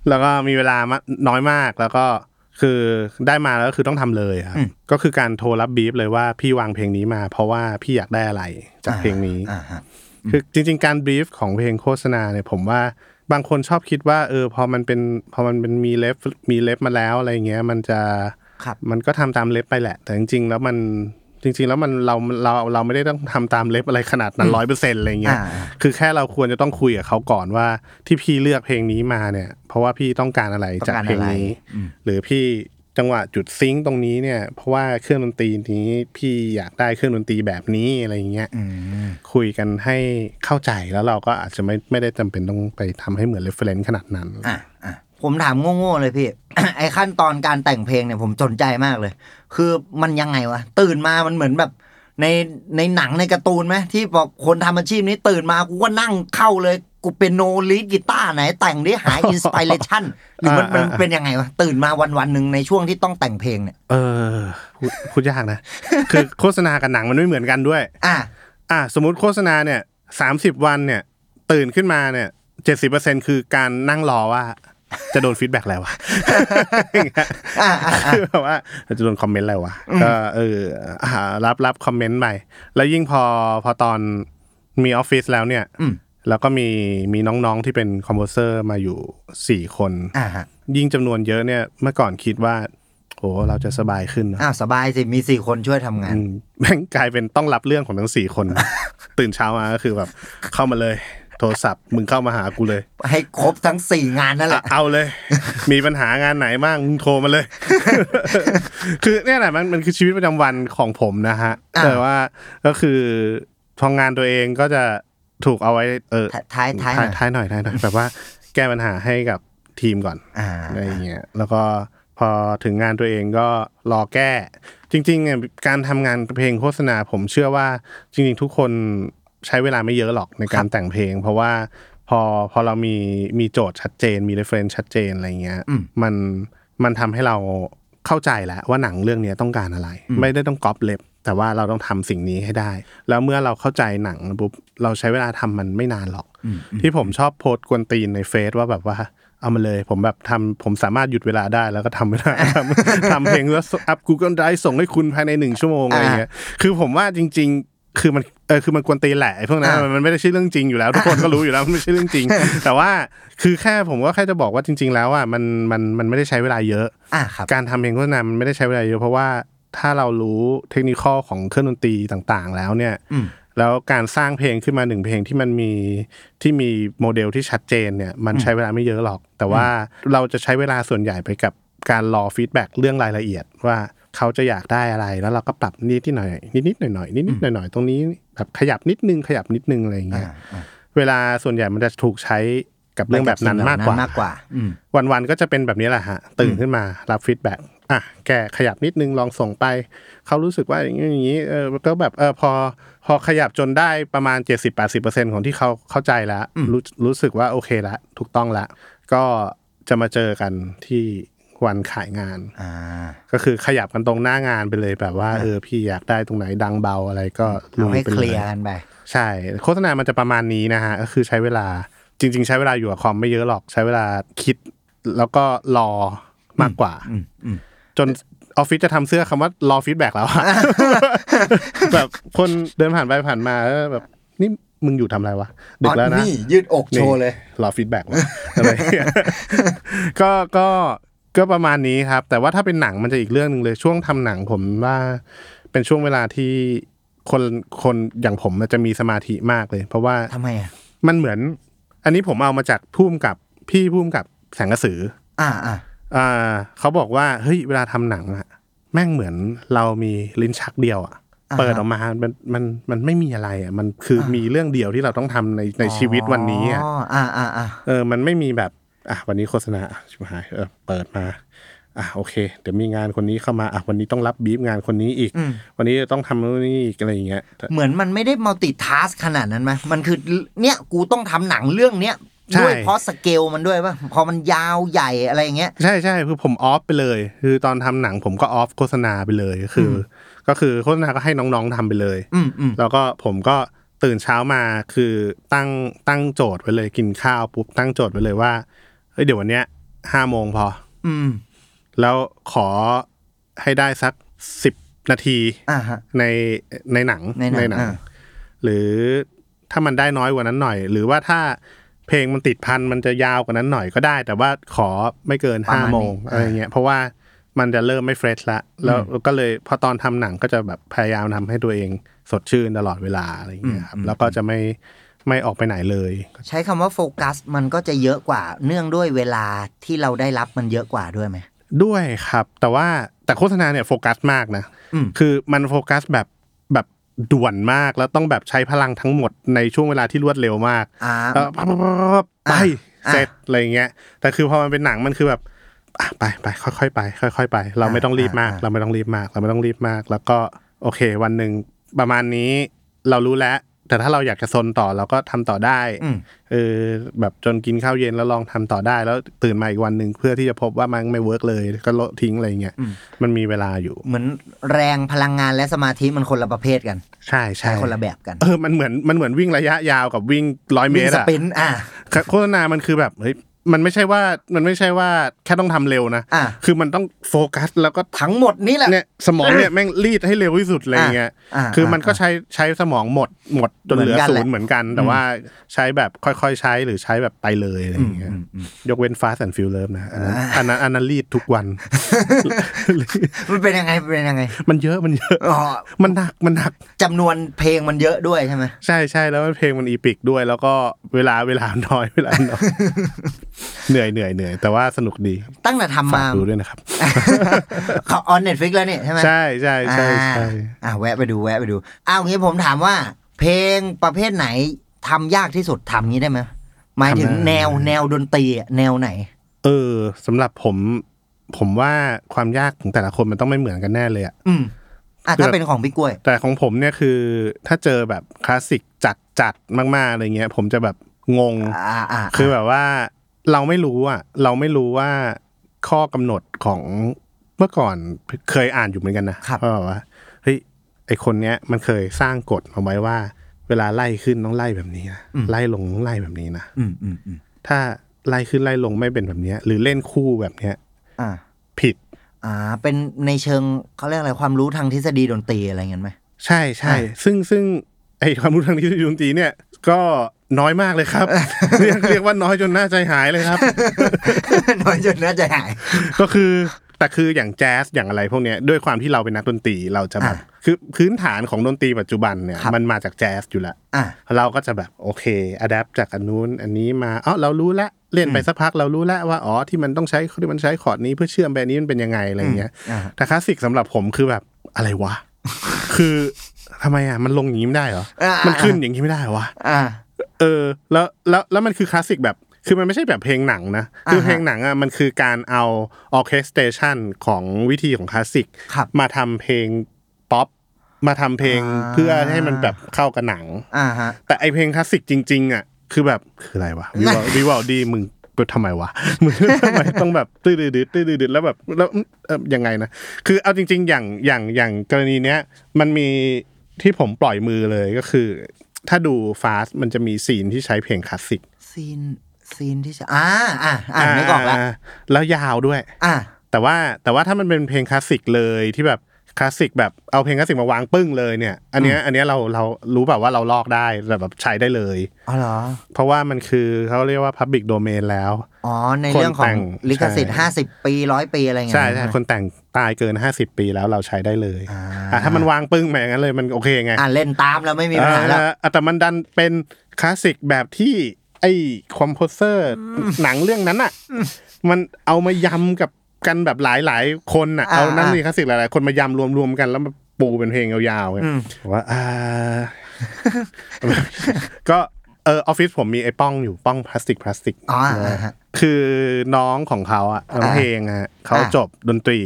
Speaker 3: แล้วก็มีเวลามาน้อยมากแล้วก็คือได้มาแล้วก็คือต้องทำเลยครับก็คือการโทรรับบีฟเลยว่าพี่วางเพลงนี้มา เพราะว่าพี่อยากได้อะไรจากเพลงนี้
Speaker 2: อ่าฮะ
Speaker 3: คือจริงๆการบรีฟของเพลงโฆษณาเนี่ยผมว่าบางคนชอบคิดว่าเออพอมันเป็นพอมันเป็นมีเล็บมีเล็บมาแล้วอะไรเงี้ยมันจะ
Speaker 2: ครับ
Speaker 3: มันก็ทำตามเล็บไปแหละ แต่จริงๆ แล้วมันจริง ๆ แล้วมันเราเราเราไม่ได้ต้องทำตามเล็บอะไรขนาดนั้นร้อยเปอร์เซ็นต์อะไรเงี้ยคือแค่เราควรจะต้องคุยกับเขาก่อนว่าที่พี่เลือกเพลงนี้มาเนี่ย เพราะว่าพี่ต้องการอะไรจากเพลงนี้ หรือพี่จังหวะจุดซิงค์ตรงนี้เนี่ย เพราะว่าเครื่องดนตรีนี้พี่อยากได้เครื่องดนตรีแบบนี้อะไรอย่างเงี้ย
Speaker 2: อืม
Speaker 3: คุยกันให้เข้าใจแล้วเราก็อาจจะไม่ไม่ได้จำเป็นต้องไปทำให้เหมือนเรฟเฟรนซ์ขนาดนั้น
Speaker 2: อ่ะอ่ะผมถามโง่ๆเลยพี่ ไอขั้นตอนการแต่งเพลงเนี่ยผมสนใจมากเลย คือมันยังไงวะ ตื่นมามันเหมือนแบบ ในในหนังในการ์ตูนไหมที่บอกคนทำอาชีพนี้ตื่นมากูก็นั่งเข้าเลยกูเป็นโนลีดกีตาร์ไหน แต่งได้หาอินสปิเรชั นหรือมันมัน
Speaker 3: อ่าอ่า
Speaker 2: เป็นยังไงวะตื่นมาวันวันๆหนึ่งในช่วงที่ต้องแต่งเพลงเนี่ย
Speaker 3: เออพูดพูดยากนะ คือโฆษณากับหนังมันไม่เหมือนกันด้วย
Speaker 2: อ่ะ
Speaker 3: อ่ะสมมติโฆษณาเนี่ยสามสิบวันเนี่ย ตื่นขึ้นมาเนี่ยเจ็ดสิบเปอร์เซ็นคือการนั่งรอว่าจะโดนฟีดแบ็กอะไรวะ
Speaker 2: อ่าอ่ าอ่า
Speaker 3: คือแบบว่าจะโดนคอมเมนต์อะไรวะก็เอออ่ารับรับคอมเมนต์ไปแล้วยิ่งพอพอตอนมีออฟฟิศแล้วเนี่ย
Speaker 2: อืม
Speaker 3: แล้วก็มีมีน้องๆที่เป็นคอมโพเซอร์มาอยู่สี่คน
Speaker 2: อ่าฮะ
Speaker 3: ยิ่งจำนวนเยอะเนี่ยเมื่อก่อนคิดว่าโอ้เราจะสบายขึ้นเนอะ
Speaker 2: อ้าวสบายสิมีสี่คนช่วยทำงาน
Speaker 3: อืม แม่งกลายเป็นต้องรับเรื่องของทั้งสี่คน ตื่นเช้ามาก็คือแบบ เข้ามาเลย โทรศัพท์มึงเข้ามาหากูเลย
Speaker 2: ให้ครบทั้งสี่งานนั่นแห
Speaker 3: อ่ะ
Speaker 2: ละ
Speaker 3: เอาเลย มีปัญหางานไหนบ้างมึงโทรมาเลย คือเนี่ยแหละมันมันคือชีวิตประจำวันของผมนะฮะ
Speaker 2: อ่า
Speaker 3: แต่ว่าก็คือทองงานตัวเองก็จะถูกเอาไว้เออ
Speaker 2: ท้ายท้ายหน่อย
Speaker 3: ท้ายหน่อยท้ายหน่อยแบบว่าแก้ปัญหาให้กับทีมก่อน
Speaker 2: อ่า
Speaker 3: อะไรอย่างเงี้ยแล้วก็พอถึงงานตัวเองก็รอแก้ จริงๆเนี่ยการทำงานเพลงโฆษณาผมเชื่อว่าจริง ๆ ทุกคนใช้เวลาไม่เยอะหรอกในการแต่งเพลง เพราะว่าพอพอเรามีมีโจทย์ชัดเจน มีเรฟเฟนชัดเจนอะไรเงี้ย
Speaker 2: อืม
Speaker 3: มันมันทำให้เราเข้าใจแล้วว่าหนังเรื่องเนี้ยต้องการอะไร ไม่ได้ต้องก๊อปเล็บ แต่ว่าเราต้องทำสิ่งนี้ให้ได้ แล้วเมื่อเราเข้าใจหนังปุ๊บเราใช้เวลาทำมันไม่นานหรอก
Speaker 2: อืม
Speaker 3: ที่ผมชอบโพสต์กวนตีนในเฟซว่าแบบว่า เอามาเลยผมแบบทำผมสามารถหยุดเวลาได้แล้วก็ท ำเวลา ทำทำเพลงแล้วอัพ Google Drive ส่งให้คุณภายในหนึ่งชั่วโมงอะไรเงี้ยคือผมว่าจริง ๆ คือมันเออคือมันกวนตีนแหละไอ้พวกนั้น
Speaker 2: อ่ามั
Speaker 3: มันไม่ได้ใช่เรื่องจริงอยู่แล้ว ทุกคนก็รู้อยู่แล้วมันไม่ใช่เรื่องจริง แต่ว่าคือแค่ผมก็แค่จะบอกว่าจริง ๆ แล้วอ่ะมันมันมันไม่ได้ใช้เวลาเยอะ
Speaker 2: อ่าครับ
Speaker 3: การทำเพลงโฆษณามันไม่ได้ใช้เวลาเยอะเพราะว่าถ้าเรารู้เทคนิคของเครื่องดนตรีต่างๆ แล้วเนี่ย
Speaker 2: อืม
Speaker 3: แล้วการสร้างเพลงขึ้นมาหนึ่งเพลงที่มันมีที่มีโมเดลที่ชัดเจนเนี่ยมันใช้เวลาไม่เยอะหรอก แต่ว่าเราจะใช้เวลาส่วนใหญ่ไปกับการรอฟีดแบ็กเรื่องรายละเอียดว่าเขาจะอยากได้อะไรแล้วเราก็ปรับนิดที่หน่อยนิดนิดๆหน่อยหน่อยนิดนิดๆหน่อยหน่อยๆตรงนี้แบบขยับนิดนึงขยับนิดนึงอะไรอย่างเงี้ยเวลาส่วนใหญ่มันจะถูกใช้กับเรื่องแบบนั้นมากกว่า
Speaker 2: มากกว่า อืม
Speaker 3: วันๆ ก็จะเป็นแบบนี้แหละฮะ ตื่นขึ้นมารับฟีดแบ็กอ่ะ แกขยับนิดนึงลองส่งไป เขารู้สึกว่าอย่างนี้อย่างนี้ เออก็แบบ เออ พอ พอขยับจนได้ประมาณ 70-80%ของที่เขาเข้าใจแล้วรู้รู้สึกว่าโอเคละ ถูกต้องละ ก็จะมาเจอกันที่วันขายงาน
Speaker 2: อ่า
Speaker 3: ก็คือขยับกันตรงหน้างานไปเลยแบบว่า เออ พี่อยากได้ตรงไหนดังเบาอะไรก็
Speaker 2: เอาให้
Speaker 3: ไป
Speaker 2: เคลียร์กันไป
Speaker 3: ใช่ โฆษณามันจะประมาณนี้นะฮะ ก็คือใช้เวลาจริง ๆ ใช้เวลาอยู่กับคอมไม่เยอะหรอก ใช้เวลาคิดแล้วก็รอมากกว่า
Speaker 2: อืมอืม
Speaker 3: จนออฟฟิศจะทำเสื้อคำว่ารอฟีดแบ็กแล้วอะ แบบคนเดินผ่านไปผ่านมาเออแบบนี่มึงอยู่ทำอะไรวะดึกแล้วนะ
Speaker 2: ยืดอก
Speaker 3: นี่
Speaker 2: โชว์เลย
Speaker 3: รอฟีดแบ็กว่ะอะไร เงี้ยก็ก็ก็ประมาณนี้ครับ แต่ว่าถ้าเป็นหนังมันจะอีกเรื่องหนึ่งเลยช่วงทำหนังผมว่า เป็นช่วงเวลาที่คนคนอย่างผมมันจะมีสมาธิมากเลย เพราะว่า
Speaker 2: ทำไมอ่ะ
Speaker 3: มันเหมือน อันนี้ผมเอามาจากพุ่มกับพี่พุ่มกับแสงกระสือ
Speaker 2: อ่าอ่า
Speaker 3: อ่าเขาบอกว่าเฮ้ยเวลาทำหนังอะแม่งเหมือนเรามีลิ้นชักเดียวอะ
Speaker 2: าฮะ
Speaker 3: เปิดออกมา มัน มัน มันไม่มีอะไรอ่ะ มันคือมีเรื่องเดียวที่เราต้องทำใน ในชีวิตวันนี้อ่ะ
Speaker 2: อ๋ออ่าอ่าอ่า
Speaker 3: เออ มันไม่มีแบบ อ่ะ วันนี้โฆษณาอ่ะชิบหาย เออ เปิดมา อ่ะ โอเค เดี๋ยวมีงานคนนี้เข้ามา อ่ะ วันนี้ต้องรับบีฟงานคนนี้อีก
Speaker 2: อืม
Speaker 3: วันนี้จะต้องทำนู่นนี่อีกอะไรอย่างเงี้ยแต่
Speaker 2: เหมือนมันไม่ได้มัลติท s สขนาดนั้นไหมมันคือเนี่ยกูต้องทำหนังเรื่องเนี้ย
Speaker 3: ใช่
Speaker 2: ด้วยเพราะสเกลมันด้วยป่ะพอมันยาวใหญ่อะไรอย่างเงี้ย
Speaker 3: ใช่ใช่คือผมออฟไปเลย คือตอนทำหนังผมก็ออฟโฆษณาไปเลย คืออก็คือโฆษณาก็ให้น้องๆทำไปเลย
Speaker 2: อืมอืม
Speaker 3: แล้วก็ผมก็ตื่นเช้ามาคือตั้งตั้งโจทย์ไว้เลยกินข้าวปุ๊บตั้งโจทย์ไว้เลยว่าเฮ้ยเดี๋ยววันเนี้ยห้าโมงพอ
Speaker 2: อืม
Speaker 3: แล้วขอให้ได้สักสิบนาที
Speaker 2: อ่าฮะ
Speaker 3: ในในหนัง
Speaker 2: ในหนังอ่า
Speaker 3: หรือถ้ามันได้น้อยกว่านั้นหน่อย หรือว่าถ้าเพลงมันติดพันมันจะยาวกว่านั้นหน่อยก็ได้ แต่ว่าขอไม่เกินห้าโมงอะไรเงี้ยเพราะว่ามันจะเริ่มไม่เฟรชละแล้วก็เลยพอตอนทำหนังก็จะแบบพยายามทำให้ตัวเองสดชื่นตลอดเวลาอะไรเงี้ยครับแล้วก็จะไม่ไม่ออกไปไหนเลย
Speaker 2: ใช้คำว่าโฟกัสมันก็จะเยอะกว่า เนื่องด้วยเวลาที่เราได้รับมันเยอะกว่าด้วยไหม
Speaker 3: ด้วยครับแต่ว่าแต่โฆษณาเนี่ยโฟกัสมากนะ
Speaker 2: อืม
Speaker 3: คือมันโฟกัสแบบแบบด่วนมากแล้วต้องแบบใช้พลังทั้งหมดในช่วงเวลาที่รวดเร็วมาก
Speaker 2: อ่า
Speaker 3: แล้วปั๊บปั๊บปั๊บปั๊บไป
Speaker 2: อ่ะอ่ะ
Speaker 3: เสร็จอะไรอย่างเงี้ยแต่คือพอมันเป็นหนังมันคือแบบอ่ะไปไปค่อยๆไป ค่อย ๆ ไป เราไม่ต้องรีบมาก
Speaker 2: อ่ะอ่ะ
Speaker 3: เราไม่ต้องรีบมาก เราไม่ต้องรีบมาก แล้วก็โอเค วันหนึ่ง ประมาณนี้เรารู้แล้ว แต่ถ้าเราอยากจะซนต่อเราก็ทำต่อได้
Speaker 2: อืม
Speaker 3: เออแบบจนกินข้าวเย็นแล้วลองทำต่อได้ แล้วตื่นมาอีกวันหนึ่งเพื่อที่จะพบว่ามันไม่เวิร์กเลยก็ละทิ้งอะไรเงี้ยมันมีเวลาอยู่
Speaker 2: เหมือนแรงพลังงานและสมาธิมันคนละประเภทกัน
Speaker 3: ใช่
Speaker 2: ใช้
Speaker 3: ใช่
Speaker 2: คนละแบบกัน
Speaker 3: เออมันเหมือนมันเหมือนวิ่งระยะยาวกับวิ่งร้อยเม
Speaker 2: วิ่งส
Speaker 3: ตรอะ
Speaker 2: ปรินต์อ่ะ
Speaker 3: ครับโฆษณามันคือแบบเฮ้ยมันไม่ใช่ว่ามันไม่ใช่ว่าแค่ต้องทำเร็วนะ
Speaker 2: อ่ะ
Speaker 3: คือมันต้องโฟกัสแล้วก็
Speaker 2: ทั้งหมดนี่แหละ
Speaker 3: เนี่ยสมองเนี่ยแม่งรีดให้เร็วที่สุดอะไรอย่างเงี้ย
Speaker 2: อ่ะอ่ะ
Speaker 3: คือมันก็ใช้ใช้สมองหมดหมดจนเหลือ
Speaker 2: เหมือนกัน
Speaker 3: ศู
Speaker 2: แหละ
Speaker 3: นย์เหมือนกัน แต่ว่าใช้แบบค่อยๆใช้หรือใช้แบบไปเลยอะไรอย่างเงี้ย ยกเว้น fast and feel love นะอันนั้นอันนั้นอันนั้นรีดทุกวัน
Speaker 2: มันเป็นยังไงมันเป็นยังไง
Speaker 3: มันเยอะมันเยอะ
Speaker 2: อ๋อ
Speaker 3: มันหนักมันหนัก
Speaker 2: จำนวนเพลงมันเยอะด้วยใช่ไหม
Speaker 3: ใช่ใช่แล้วเพลงมันอีพิกด้วย แล้วก็เวลาเวลาน้อยเวลาน้อย เหนื่อยเหนื่อยเหนื่อยแต่ว่าสนุกดี
Speaker 2: ตั้งแต่ทำ
Speaker 3: ฝาก
Speaker 2: มา
Speaker 3: ดูด้วยนะครับ
Speaker 2: เขาออนเน็ตฟิกแล้วนี่ใช่ไหม
Speaker 3: ใช่ใช่ใช่ใช่
Speaker 2: อ่าอ่าแวะไปดูแวะไปดูอ้าวงี้ผมถามว่า เพลงประเภทไหนทำยากที่สุดทำงี้ได้ไหมหมายถึงแนวแนวดนตรีอะแนวไหน
Speaker 3: เออสำหรับผมผมว่าความยากของแต่ละคนมันต้องไม่เหมือนกันแน่เลยอะ
Speaker 2: อืมอ่ะถ้าเป็นของพี่กล้วย
Speaker 3: แต่ของผมเนี่ยคือถ้าเจอแบบคลาสสิกจัดจัดๆมากๆอะไรเงี้ย ผมจะแบบงง
Speaker 2: อ่าอ่าา
Speaker 3: คือแบบว่าเราไม่รู้อะเราไม่รู้ว่าข้อกำหนดของเมื่อก่อนเคยอ่านอยู่เหมือนกันนะครับ ว่าแบบว่าเฮ้ยไอคนเนี้ยมันเคยสร้างกฎมาไว้ว่า เวลาไล่ขึ้นต้องไล่แบบนี้นะไล่ลงต้องไล่แบบนี้นะ
Speaker 2: อืมอืมอืม
Speaker 3: ถ้าไล่ขึ้นไล่ลงไม่เป็นแบบเนี้ย หรือเล่นคู่แบบเนี้ย
Speaker 2: อ่า
Speaker 3: ผิด
Speaker 2: อ่า เป็นในเชิงเขาเรียกอะไรความรู้ทางทฤษฎีดนตรีอะไรเงี้ยไหม
Speaker 3: ใช่ใช่
Speaker 2: อ่ะ
Speaker 3: ซึ่งซึ่งไอความรู้ทางทฤษฎีดนตรีเนี่ย ก็น้อยมากเลย ครับ เรียกเรียกว่าน้อยจนน่าใจหายเลยครับ
Speaker 2: น้อยจนน่าจะหาย
Speaker 3: ก็คือแต่คืออย่างแจ๊สอย่างอะไรพวกเนี้ยด้วยความที่เราเป็นนักดนตรีเราจะแบบ
Speaker 2: อ่ะ
Speaker 3: คือพื้นฐานของดนตรีปัจจุบันเนี่ย
Speaker 2: ครับ
Speaker 3: มันมาจากแจ๊สอยู่แล้ว
Speaker 2: อ่า
Speaker 3: เราก็จะแบบโอเคอัดแอปจากอันนู้นอันนี้มาเอ้าเรารู้ละเล่นไปสักพักเรารู้ละว่าอ๋อที่มันต้องใช้ที่มันใช้คอร์ดนี้เพื่อเชื่อมไปอันนี้มันเป็นยังไงอะไรอย่างเงี้ย
Speaker 2: อ่า
Speaker 3: แต่คลาสสิกสำหรับผมคือแบบอะไรวะ คือทำไมอ่ะมันลงอย่างนี้ไม่ได้เหรอ
Speaker 2: อ่ามั
Speaker 3: มันขึ้นอย่างนี้ไม่ได้เหรอวะ
Speaker 2: อ่า
Speaker 3: เออ แล้วแล้วแล้วมันคือคลาสสิกแบบ คือมันไม่ใช่แบบเพลงหนังนะ คือเพลงหนังอ่ะมันคือการเอาออเคสเตชันของวิธีของคลาสสิก
Speaker 2: ครับ
Speaker 3: มาทำเพลงป๊อปมาทำเพลง
Speaker 2: อ่า
Speaker 3: เพื่อให้มันแบบเข้ากับหนัง
Speaker 2: อ่าฮะ
Speaker 3: แต่ไอเพลงคลาสสิกจริง ๆ อ่ะ คือแบบคืออะไรวะวิวาวิวาดีมึงทำไมวะ มึงทำไมต้องแบบตื้อดืดตื้อดืดแล้วแบบแล้วเอ่อยังไงนะคือเอาจริง ๆ อย่างอย่างอย่างกรณีเนี้ยมันมีที่ผมปล่อยมือเลยก็คือ ถ้าดูฟาสมันจะมีซีนที่ใช้เพลงคลาสสิก
Speaker 2: ซีนซีนที่จะอ่าอ่าอ่านไม่ออกละ
Speaker 3: าแล้วยาวด้วย
Speaker 2: อ่า
Speaker 3: แต่ว่าแต่ว่าถ้ามันเป็นเพลงคลาสสิกเลยที่แบบคลาสสิกแบบเอาเพลงคลาสสิกมาวางปึ้งเลยเนี่ย อันเนี้ยอันเนี้ยเราเรารู้แบบว่าเราลอกได้แต่แบบใช้ได้เลย
Speaker 2: อ๋อเหรอ
Speaker 3: เพราะว่ามันคือเขาเรียกว่า Public Domain แล้ว
Speaker 2: อ๋อ ในเรื่องขอ
Speaker 3: คนแต่
Speaker 2: ง
Speaker 3: ง
Speaker 2: ลิขสิทธิ์
Speaker 3: ใช่
Speaker 2: ห้าสิบปีร้อยปีอะไรเงี้ย
Speaker 3: ใช่ใช่
Speaker 2: ไหม
Speaker 3: คนแต่งตายเกิน 50 ปีแล้วเราใช้ได้เลย
Speaker 2: อ่า
Speaker 3: อ่ะถ้ามันวางปึ้งมาอย่างนั้นเลยมันโอเคไง
Speaker 2: อ่าเล่นตามแล้วไม่มีปัญหาแล้ว
Speaker 3: เออแต่มันดันเป็นคลาสสิกแบบที่ไอ้คอมโพเซอร์หนังเรื่องนั้นอ่ะมันเอามายำกับกันแบบหลายๆ คนอ่ะ
Speaker 2: อ่า
Speaker 3: เอานั่น
Speaker 2: อ่า
Speaker 3: นี่คลาสสิกหลายๆ คนมายำรวมๆกันแล้วมาปูเป็นเพลงยาวๆไงผมว่า อ่า ก็เออออฟฟิศผมมีไอ้ป้องอยู่ป้องพลาสติกพลาสติก
Speaker 2: อ๋ออ่าฮะ
Speaker 3: คือน้องของเขาอะน้อง
Speaker 2: อ่า
Speaker 3: เพลงอะเขา
Speaker 2: อ่า
Speaker 3: จบดนตรี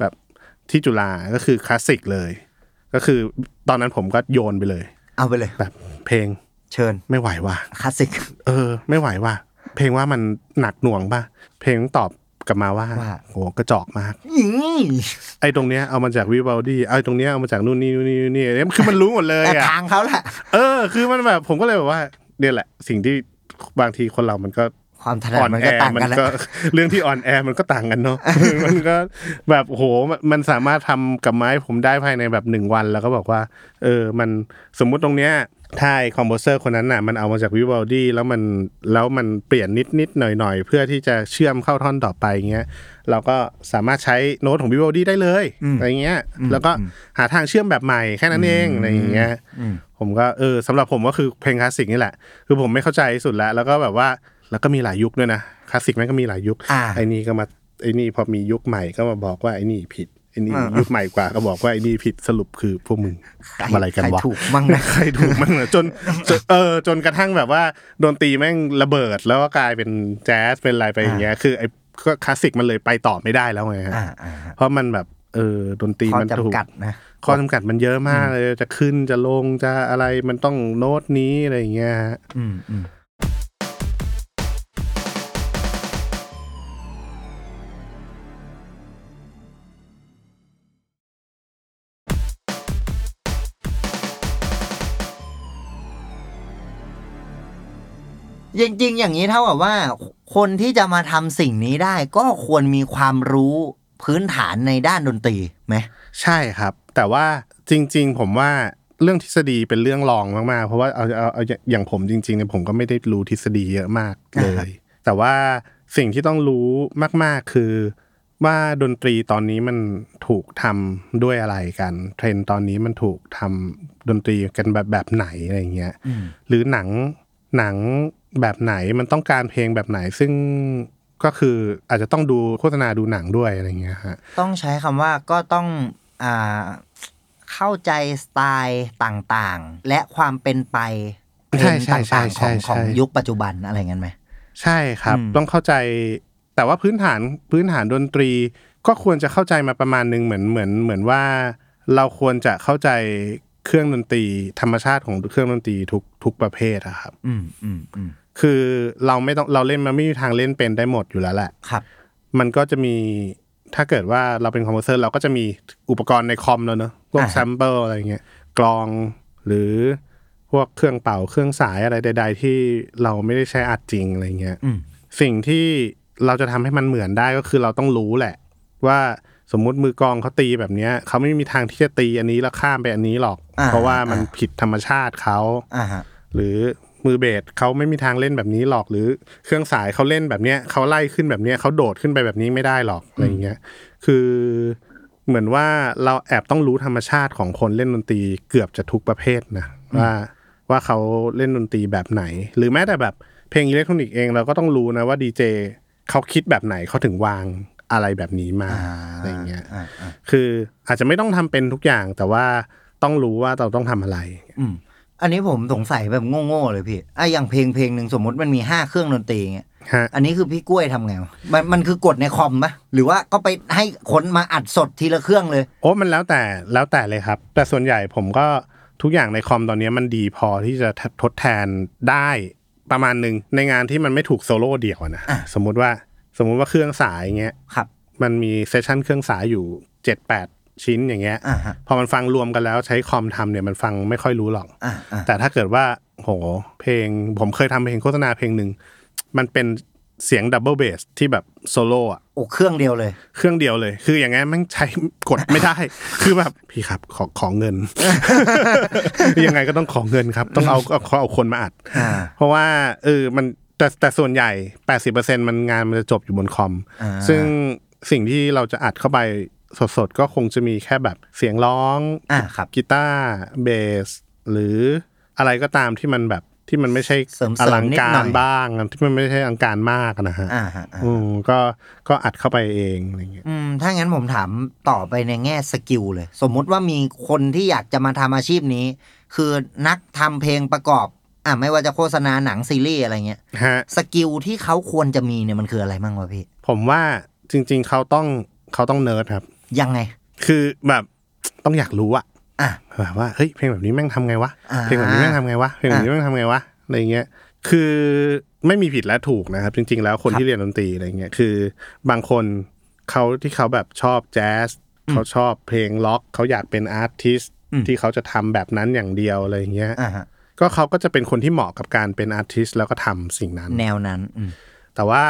Speaker 3: แบบที่จุฬาก็คือคลาสสิกเลย ก็คือตอนนั้นผมก็โยนไปเลย
Speaker 2: เอาไปเลย
Speaker 3: แบบเพลง
Speaker 2: เชิญ
Speaker 3: ไม่ไหวว่ะ
Speaker 2: คลาสสิก
Speaker 3: เออ ไม่ไหวว่ะเพลงว่ามันหนักหน่วงป่ะเพลงตอบกลับมาว่า
Speaker 2: ว่า
Speaker 3: โหกระจอกมาก
Speaker 2: อืม
Speaker 3: ไอ้ตรงเนี้ยเอามาจากวิว a ลดี้ไอ้ตรงเนี้ยเอามาจากนู่นนี่นู่นนี่นู่นนี่เนี่ยคือมันรู้หมดเลย
Speaker 2: แต่
Speaker 3: อะ
Speaker 2: ทางเขาแหละ
Speaker 3: เออ คือมันแบบผมก็เลยแบบว่าเนี่ยแหละ สิ่งที่บางทีคนเรามันก็
Speaker 2: ความถนัด
Speaker 3: อ่อน
Speaker 2: มัน
Speaker 3: แอ
Speaker 2: ก็ต่าง
Speaker 3: มัน
Speaker 2: กันแหละ
Speaker 3: ก็เรื่องที่อ่อนแอมันก็ต่างกันเนาะ มันก็แบบโหมันมันสามารถทำกับไม้ผมได้ภายในแบบหนึ่งวันแล้วก็บอกว่า เออมันสมมุติตรงเนี้ยถ้าไอ้คอมโพเซอร์คนนั้นน่ะมันเอามาจากวิวาลดี้แล้วมันแล้วมันเปลี่ยนนิดนิดๆหน่อยหน่อยๆ เพื่อที่จะเชื่อมเข้าท่อนต่อไปอย่างเงี้ยเราก็สามารถใช้โน้ตของวิวาลดี้ได้เลยอะไรเงี้ยแล้วก็หาทางเชื่อมแบบใหม่แค่นั้นเองอะไรอย่างเงี้ยผมก็เออสำหรับผมก็คือเพลงคลาสสิกนี่แหละ คือผมไม่เข้าใจสุดแล้วแล้วก็แบบว่า แล้วก็มีหลายยุคด้วยนะคลาสสิกแม่งก็มีหลายยุค
Speaker 2: อ่า
Speaker 3: ไอ้นี่ก็มาไอ้นี่พอมียุคใหม่ก็มาบอกว่าไอ้นี่ผิดไอ้นี่
Speaker 2: อ่ายุ
Speaker 3: ยุคใหม่กว่าก็บอกว่าไอ้นี่ผิดสรุปคือพวกมึง
Speaker 2: ใคร
Speaker 3: ทำอะไรกัน
Speaker 2: ใคร
Speaker 3: วะ
Speaker 2: ถูกมั่งนะ
Speaker 3: ใครถูกมั่งเหรอจนจนเออจนกระทั่งแบบว่าดนตรีแม่งระเบิดแล้วก็กลายเป็นแจ๊สเป็นอะไรไปอย่างเงี้ยคือไอ้ก็คลาสสิกมันเลยไปต่อไม่ได้แล้วไงฮะ
Speaker 2: อ่าอ่า
Speaker 3: เพราะมันแบบ เออดนตรี
Speaker 2: ข้อ
Speaker 3: มันถูก
Speaker 2: จำกัดนะ
Speaker 3: ข้อจำกัดมันเยอะมากเลยจะขึ้นจะลงจะอะไรมันต้องโน้ตนี้อะไรอย่างเงี้ยฮะ
Speaker 2: อืมอืมจริงๆ อย่างนี้เท่ากับว่า คนที่จะมาทำสิ่งนี้ได้ ก็ควรมีความรู้พื้นฐานในด้านดนตรีไหม
Speaker 3: ใช่ครับ แต่ว่าจริง ๆ ผมว่าเรื่องทฤษฎีเป็นเรื่องรองมากๆ เพราะว่าเอาเอาเอาอย่างผมจริงๆเนี่ยผมก็ไม่ได้รู้ทฤษฎีเยอะมากเลย แต่ว่าสิ่งที่ต้องรู้มากๆคือ ว่าดนตรีตอนนี้มันถูกทำด้วยอะไรกัน เทรนด์ตอนนี้มันถูกทำดนตรีกันแบบแบบไหนอะไรอย่างเงี้ย
Speaker 2: อืม
Speaker 3: หรือหนังหนังแบบไหนมันต้องการเพลงแบบไหนซึ่งก็คืออาจจะต้องดูโฆษณาดูหนังด้วยอะไรเงี้ยฮะ
Speaker 2: ต้องใช้คำว่าก็ต้องอ่าเข้าใจสไตล์ต่างๆ และความเป็นไปเพลงต่างๆของของยุคปัจจุบันอะไรเงี้ยไหม
Speaker 3: ใช่ครับ
Speaker 1: อืม
Speaker 3: ต้องเข้าใจ แต่ว่าพื้นฐานพื้นฐานดนตรี ก็ควรจะเข้าใจมาประมาณหนึงเหมือนเหมือนเหมือนว่า เราควรจะเข้าใจเครื่องดนตรี ธรรมชาติของเครื่องดนตรีทุกทุกประเภทอะครับ
Speaker 2: อืมอืมอืม
Speaker 3: คือเราไม่ต้องเราเล่นมันไม่มีทางเล่นเป็นได้หมดอยู่แล้วแหละ
Speaker 2: ครับ
Speaker 3: มันก็จะมีถ้าเกิดว่าเราเป็นคอมโพเซอร์เราก็จะมีอุปกรณ์ในคอมแล้วเนอะพวก
Speaker 2: อ่าฮะ
Speaker 3: แซมเปิลอะไรเงี้ยกลองหรือพวกเครื่องเป่าเครื่องสายอะไรใด ๆ ที่เราไม่ได้ใช้อัดจริงอะไรเงี้ย
Speaker 2: อืม
Speaker 3: สิ่งที่เราจะทำให้มันเหมือนได้ก็คือเราต้องรู้แหละ ว่าสมมุติมือกลองเขาตีแบบเนี้ยเขาไม่มีทางที่จะตีอันนี้แล้วข้ามไปอันนี้หรอก
Speaker 2: า
Speaker 3: เพราะว่ามัน
Speaker 2: อ่า
Speaker 3: ผิดธรรมชาติเขา
Speaker 2: อ่าฮะ
Speaker 3: หรือมือเบสเขาไม่มีทางเล่นแบบนี้หรอกหรือเครื่องสายเขาเล่นแบบเนี้ยเขาไล่ขึ้นแบบเนี้ยเขาโดดขึ้นไปแบบนี้ไม่ได้หรอกอะไรอย่างเงี้ยคือเหมือนว่าเราแอบต้องรู้ธรรมชาติของคนเล่นดนตรีเกือบจะทุกประเภทนะว่าว่าเขาเล่นดนตรีแบบไหน หรือแม้แต่แบบเพลงอิเล็กทรอนิกส์เองเราก็ต้องรู้นะว่าดีเจเขาคิดแบบไหนเขาถึงวางอะไรแบบนี้มา
Speaker 2: อ่า
Speaker 3: อะไรอย่างเงี้ย
Speaker 2: อ่าอ่า
Speaker 3: คืออาจจะไม่ต้องทำเป็นทุกอย่างแต่ว่าต้องรู้ว่าเราต้องทำอะไร
Speaker 2: อืมอันนี้ผมสงสัยแบบโง่ๆเลยพี่อ่ะอย่างเพลงเพลงหนึ่งสมมติมันมีห้าเครื่องดนตรีเงี้ย
Speaker 3: ฮะ
Speaker 2: อันนี้คือพี่กล้วยทำไงวะมันมันคือกดในคอมปะหรือว่าก็ไปให้คนมาอัดสดทีละเครื่องเลย
Speaker 3: โอ้มันแล้วแต่แล้วแต่เลยครับ แต่ส่วนใหญ่ผมก็ทุกอย่างในคอมตอนนี้มันดีพอที่จะทดแทนได้ประมาณหนึ่งในงานที่มันไม่ถูกโซโล่เดี่ยวอะนะ
Speaker 2: อ่ะ
Speaker 3: สมมุติว่าสมมุติว่าเครื่องสายอย่างเงี้ย
Speaker 2: ครับ
Speaker 3: มันมีเซสชันเครื่องสายอยู่ 78 ชิ้นอย่างเงี้ย
Speaker 2: อ่าฮะ
Speaker 3: พอมันฟังรวมกันแล้วใช้คอมทำเนี่ยมันฟังไม่ค่อยรู้หรอก
Speaker 2: อ่าอ่า
Speaker 3: แต่ถ้าเกิดว่าโหเพลงผมเคยทำเพลงโฆษณาเพลงหนึ่งมันเป็นเสียงดับเบิลเบสที่แบบโซโล่อะ
Speaker 2: โอ้เครื่องเดียวเลย
Speaker 3: เครื่องเดียวเลย คืออย่างงั้นแมันใช้กดไม่ได้ คือแบบพี่ครับขอของเงิน ยังไงก็ต้องขอเงินครับ ต้องเอาเอาเอาเอาคนมาอัด
Speaker 2: อ่า
Speaker 3: เพราะว่าเออมันแต่แต่ส่วนใหญ่ 80%มันงานมันจะจบอยู่บนคอม
Speaker 2: อ่า
Speaker 3: ซึ่งสิ่งที่เราจะอัดเข้าไปสดๆ ก็คงจะมีแค่แบบเสียงร้อง
Speaker 2: อ่าครับ
Speaker 3: กีตาร์เบสหรืออะไรก็ตามที่มันแบบที่มันไม่ใช่
Speaker 2: เสริมๆ
Speaker 3: อลัง
Speaker 2: นิด
Speaker 3: กา
Speaker 2: หน่
Speaker 3: ร
Speaker 2: อย
Speaker 3: บ้างที่มันไม่ใช่อลังการมากอะนะฮะ
Speaker 2: อ่าฮะอ่า
Speaker 3: อืมก็ก็อัดเข้าไปเองอะไรอย่างเงี้ย
Speaker 2: อืมถ้างั้นผมถามต่อไปในแง่สกิลเลย สมมุติว่ามีคนที่อยากจะมาทำอาชีพนี้ คือนักทำเพลงประกอบ อ่ะไม่ว่าจะโฆษณาหนังซีรีส์อะไรเงี้ย
Speaker 3: ฮะ
Speaker 2: สกิลที่เขาควรจะมีเนี่ยมันคืออะไรบ้างวะพี่
Speaker 3: ผมว่าจริงๆเขาต้องเขาต้องเนิร์ดครับ
Speaker 2: ยังไง
Speaker 3: คือแบบต้องอยากรู้อะ
Speaker 2: อ่ะ
Speaker 3: แบบว่าเฮ้ยเพลงแบบนี้แม่งทำไงวะ
Speaker 2: อ่า
Speaker 3: เพลงแบบนี้แม่งทำไงวะเพลงแบบนี้แม่งทำไงวะอะไรเงี้ยคือไม่มีผิดและถูกนะครับ จริง ๆ แล้วคนที่เรียนดนตรีอะไรเงี้ยคือบางคนเขาที่เขาแบบชอบแจ๊สเขาชอบเพลงล็อกเขาอยากเป็นอาร์ติสที่เขาจะทำแบบนั้นอย่างเดียวอะไรเงี้ย
Speaker 2: อ่าฮะ
Speaker 3: ก็เขาก็จะเป็นคนที่เหมาะกับการเป็นอาร์ติสแล้วก็ทำสิ่งนั้น
Speaker 2: แนวนั้นอืม
Speaker 3: แต่ว่า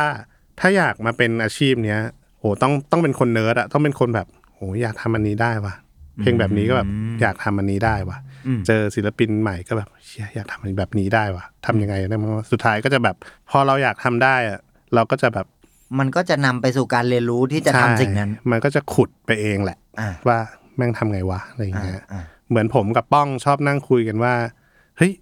Speaker 3: ถ้าอยากมาเป็นอาชีพเนี้ยโหต้องต้องเป็นคนเนิร์ดอะต้องเป็นคนแบบโหอยากทำอันนี้ได้ว่ะเพลงแบบนี้ก็แบบอยากทำอันนี้ได้ว่ะเจอศิลปินใหม่ก็แบบเชี่ยอยากทำอันนี้แบบนี้ได้ว่ะทำยังไงได้มั้งวะสุดท้ายก็จะแบบพอเราอยากทำได้อะเราก็จะแบบ
Speaker 2: มันก็จะนำไปสู่การเรียนรู้ที่จะทำ
Speaker 3: ใช่
Speaker 2: สิ่งนั้น
Speaker 3: มันก็จะขุดไปเองแหละ
Speaker 2: อ่า
Speaker 3: ว่าแม่งทำไงวะอะไรอย่าง
Speaker 2: อ่า
Speaker 3: เงี้ย
Speaker 2: อ่า
Speaker 3: เหมือนผมกับป้องชอบนั่งคุยกันว่าเฮ้ย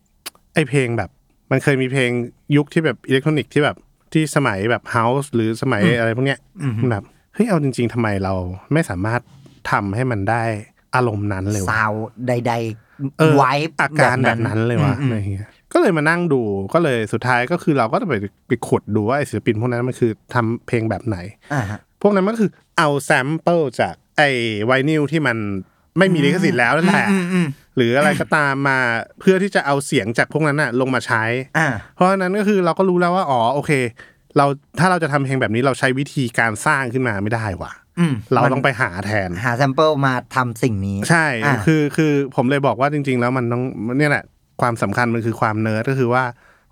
Speaker 3: ไอเพลงแบบ มันเคยมีเพลงยุคที่แบบอิเล็กทรอนิกส์ที่แบบที่สมัยแบบเฮาส์หรือสมัยอะไรพวกเนี้ยมันแบบเฮ้ยเอาจริง ๆทำไมเราไม่สามารถทำให้มันได้อารมณ์นั้นเลยวะ
Speaker 2: สาวใด
Speaker 3: เออ
Speaker 2: ๆไว้
Speaker 3: อาการแบบนั้นเลยวะอะไรเงี้ยก็เลยมานั่งดูก็เลยสุดท้ายก็คือเราก็ต้องไปไปขุดดูว่าไอศิลปินพวกนั้นมันคือทำเพลงแบบไหน
Speaker 2: อ่าฮะ
Speaker 3: พวกนั้นมันก็คือเอาแซมเปิลจาก ไอ้ไวนิลที่มันไม่มีลิขสิทธิ์แล้วนั่นแหละ
Speaker 2: อืมอืม
Speaker 3: หรืออะไรก็ตามมาเพื่อที่จะเอาเสียงจากพวกนั้นน่ะลงมาใช้
Speaker 2: อ่า
Speaker 3: เพราะฉะนั้นก็คือเราก็รู้แล้วว่าอ๋อโอเค เราถ้าเราจะทำเพลงแบบนี้เราใช้วิธีการสร้างขึ้นมาไม่ได้ว่ะ
Speaker 2: อืม
Speaker 3: เรา
Speaker 2: มัน
Speaker 3: ต้องไปหาแทน
Speaker 2: หาแซมเปิลมาทำสิ่งนี้
Speaker 3: ใช่
Speaker 2: อ่า
Speaker 3: คือคือผมเลยบอกว่าจริง ๆ แล้วมันต้องเนี่ยแหละความสำคัญมันคือความเนิร์ดก็คือว่า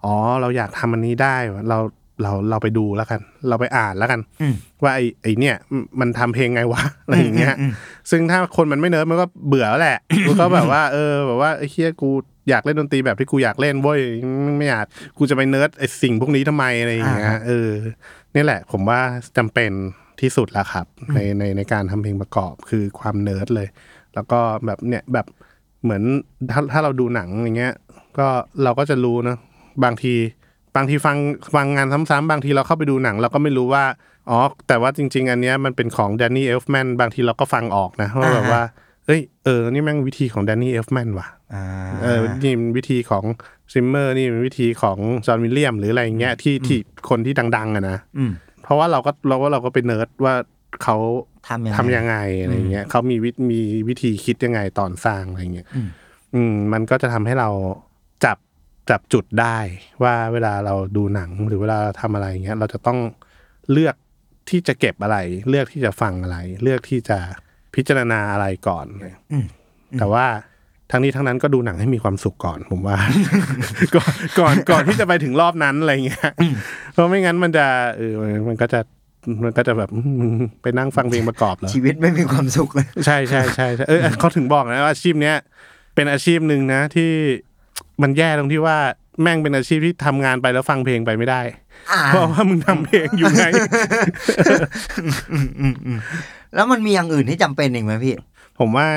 Speaker 3: อ๋อเราอยากทำอันนี้ได้ว่ะเราเราเราไปดูแล้วกัน เราไปอ่านแล้วกัน
Speaker 2: อืม
Speaker 3: ว่าไอ้ไอ้เนี่ยมมันทำเพลงไงวะ อะไรอย่างเงี้ย
Speaker 2: อืมอืม
Speaker 3: ซึ่งถ้าคนมันไม่เนิร์ดมันก็เบื่อ แล้วแหละ มันก็แบบว่าเออแบบว่าไอ้เฮียกูอยากเล่นดนตรีแบบที่กูอยากเล่นเว้ยไม่อยากกูจะไปเนิร์ดไอ้สิ่งพวกนี้ทำไมอะไรอย่างเงี้ยเออเนี่ยแหละ ผมว่าจำเป็นที่สุดแล้วครับ ในในในการทำเพลงประกอบคือความเนิร์ดเลย แล้วก็แบบเนี่ยแบบเหมือนถ้าถ้าเราดูหนังอย่างเงี้ย ก็เราก็จะรู้นะบางทีบางทีฟังฟังงานซ้ำๆบางทีเราเข้าไปดูหนัง เราก็ไม่รู้ว่าอ๋อแต่ว่าจริง ๆ อันเนี้ยมันเป็นของแดนนี่เอลฟแมนบางทีเราก็ฟังออกนะว่าแบบว่าเอ้ยเออนี่แม่งวิธีของแดนนี่เอลฟแมนว่ะ
Speaker 2: อ่า
Speaker 3: เออนี่มันวิธีของซิมเมอร์นี่มันวิธีของจอห์นวิลเลียมหรืออะไรอย่างเงี้ยที่ที่คนที่ดังๆอะนะ
Speaker 2: อืม
Speaker 3: เพราะว่าเราก็เราก็เราก็ไปเนิร์ดว่าเขา
Speaker 2: ทำยังไง
Speaker 3: ทำยังไงอะไรอย่างเงี้ยเขามีวิมีวิธีคิดยังไงตอนสร้างอะไรอย่างเงี้ย
Speaker 2: อืม
Speaker 3: อืมมันก็จะทำให้เราจับจับจุดได้ว่าเวลาเราดูหนังหรือเวลาเราทำอะไรอย่างเงี้ย เราจะต้องเลือกที่จะเก็บอะไร เลือกที่จะฟังอะไร เลือกที่จะพิจารณาอะไรก่อนแต่ว่าทั้งนี้ทั้งนั้นก็ดูหนังให้มีความสุขก่อนผมว่า ก่อนก่อนก่อนที่จะไปถึงรอบนั้นอะไรเงี้ ยเพราะไม่งั้นมันจะเออมันก็จะมันก็จะแบบ อืมไปนั่งฟังเพลงประกอบเหรอ
Speaker 2: ชีวิตไม่มีความสุขเลย
Speaker 3: ใช่ใช่ใช่ใช่ เออเขาถึงบอกนะว่าอาชีพเนี้ยเป็นอาชีพหนึ่งนะที่มันแย่ตรงที่ว่าแม่งเป็นอาชีพที่ทำงานไปแล้วฟังเพลงไปไม่ได้
Speaker 2: อ่า
Speaker 3: เพราะว่ามึงทำเพลงอยู่ ไง
Speaker 2: อืมอืมแล้วมันมีอย่างอื่นที่จำเป็นอีกไหมพี่
Speaker 3: ผมว่า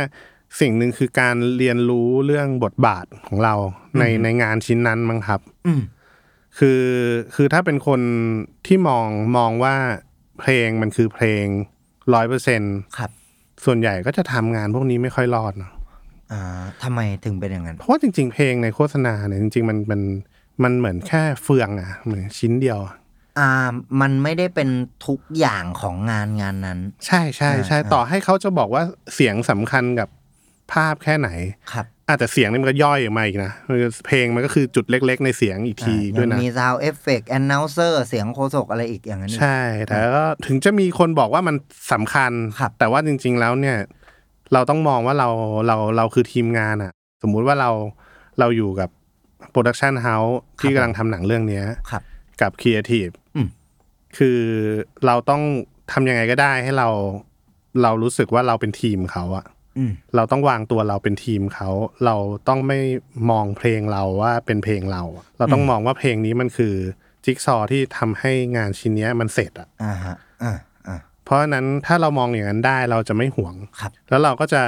Speaker 3: สิ่งหนึ่งคือการเรียนรู้เรื่องบทบาทของเราในในงานชิ้นนั้นมั้งครับ
Speaker 2: อืม
Speaker 3: คือคือถ้าเป็นคนที่มองมองว่าเพลงมันคือเพลงร้อยเปอร์เซ็น
Speaker 2: ครับ
Speaker 3: ส่วนใหญ่ก็จะทำงานพวกนี้ไม่ค่อยรอดเนอะ
Speaker 2: อ่าทำไมถึงเป็นอย่างนั้น
Speaker 3: เพราะว่าจริงๆ เพลงในโฆษณาเนี่ยจริงๆ มันมันมันเหมือนแค่เฟืองอ่ะเหมือนชิ้นเดียวอะ
Speaker 2: อ่า มันไม่ได้เป็นทุกอย่างของงานงานนั้น
Speaker 3: ใช่ใช่ใช่
Speaker 2: อ่า
Speaker 3: ต่อให้เขาจะบอกว่าเสียงสำคัญกับภาพแค่ไหน
Speaker 2: ครับ
Speaker 3: อาจจะเสียงนี่มันก็ย่อยออกมาอีกนะมันก็เพลงมันก็คือจุดเล็กๆ ในเสียงอีกที
Speaker 2: อ่ะ
Speaker 3: ด้วยนะ
Speaker 2: งมี sound effect announcer เสียงโคศกอะไรอีกอย่างนั้นอีก
Speaker 3: ใช่ แต่ก็ถึงจะมีคนบอกว่ามันสำคัญ
Speaker 2: ครับ
Speaker 3: แต่ว่าจริง ๆ แล้วเนี่ย เราต้องมองว่าเราเราเราคือทีมงานอ่ะ สมมุติว่าเราเราอยู่กับโปรดักชันเฮาส์ที่กำลังทำหนังเรื่องเนี้ย
Speaker 2: ครับ
Speaker 3: กับครีเอทีฟ
Speaker 2: อืม
Speaker 3: คือเราต้องทำยังไงก็ได้ให้เราเรารู้สึกว่าเราเป็นทีมเขาอะ
Speaker 2: อืม
Speaker 3: เราต้องวางตัวเราเป็นทีมเขา เราต้องไม่มองเพลงเราว่าเป็นเพลงเราอะเราต้องมองว่าเพลงนี้มันคือจิ๊กซอว์ที่ทำให้งานชิ้นเนี้ยมันเสร็จอะ
Speaker 2: อ่าฮะ อ่า อ่า
Speaker 3: เพราะฉะนั้นถ้าเรามองอย่างนั้นได้เราจะไม่หวง
Speaker 2: ครับ
Speaker 3: แล้วเราก็จะ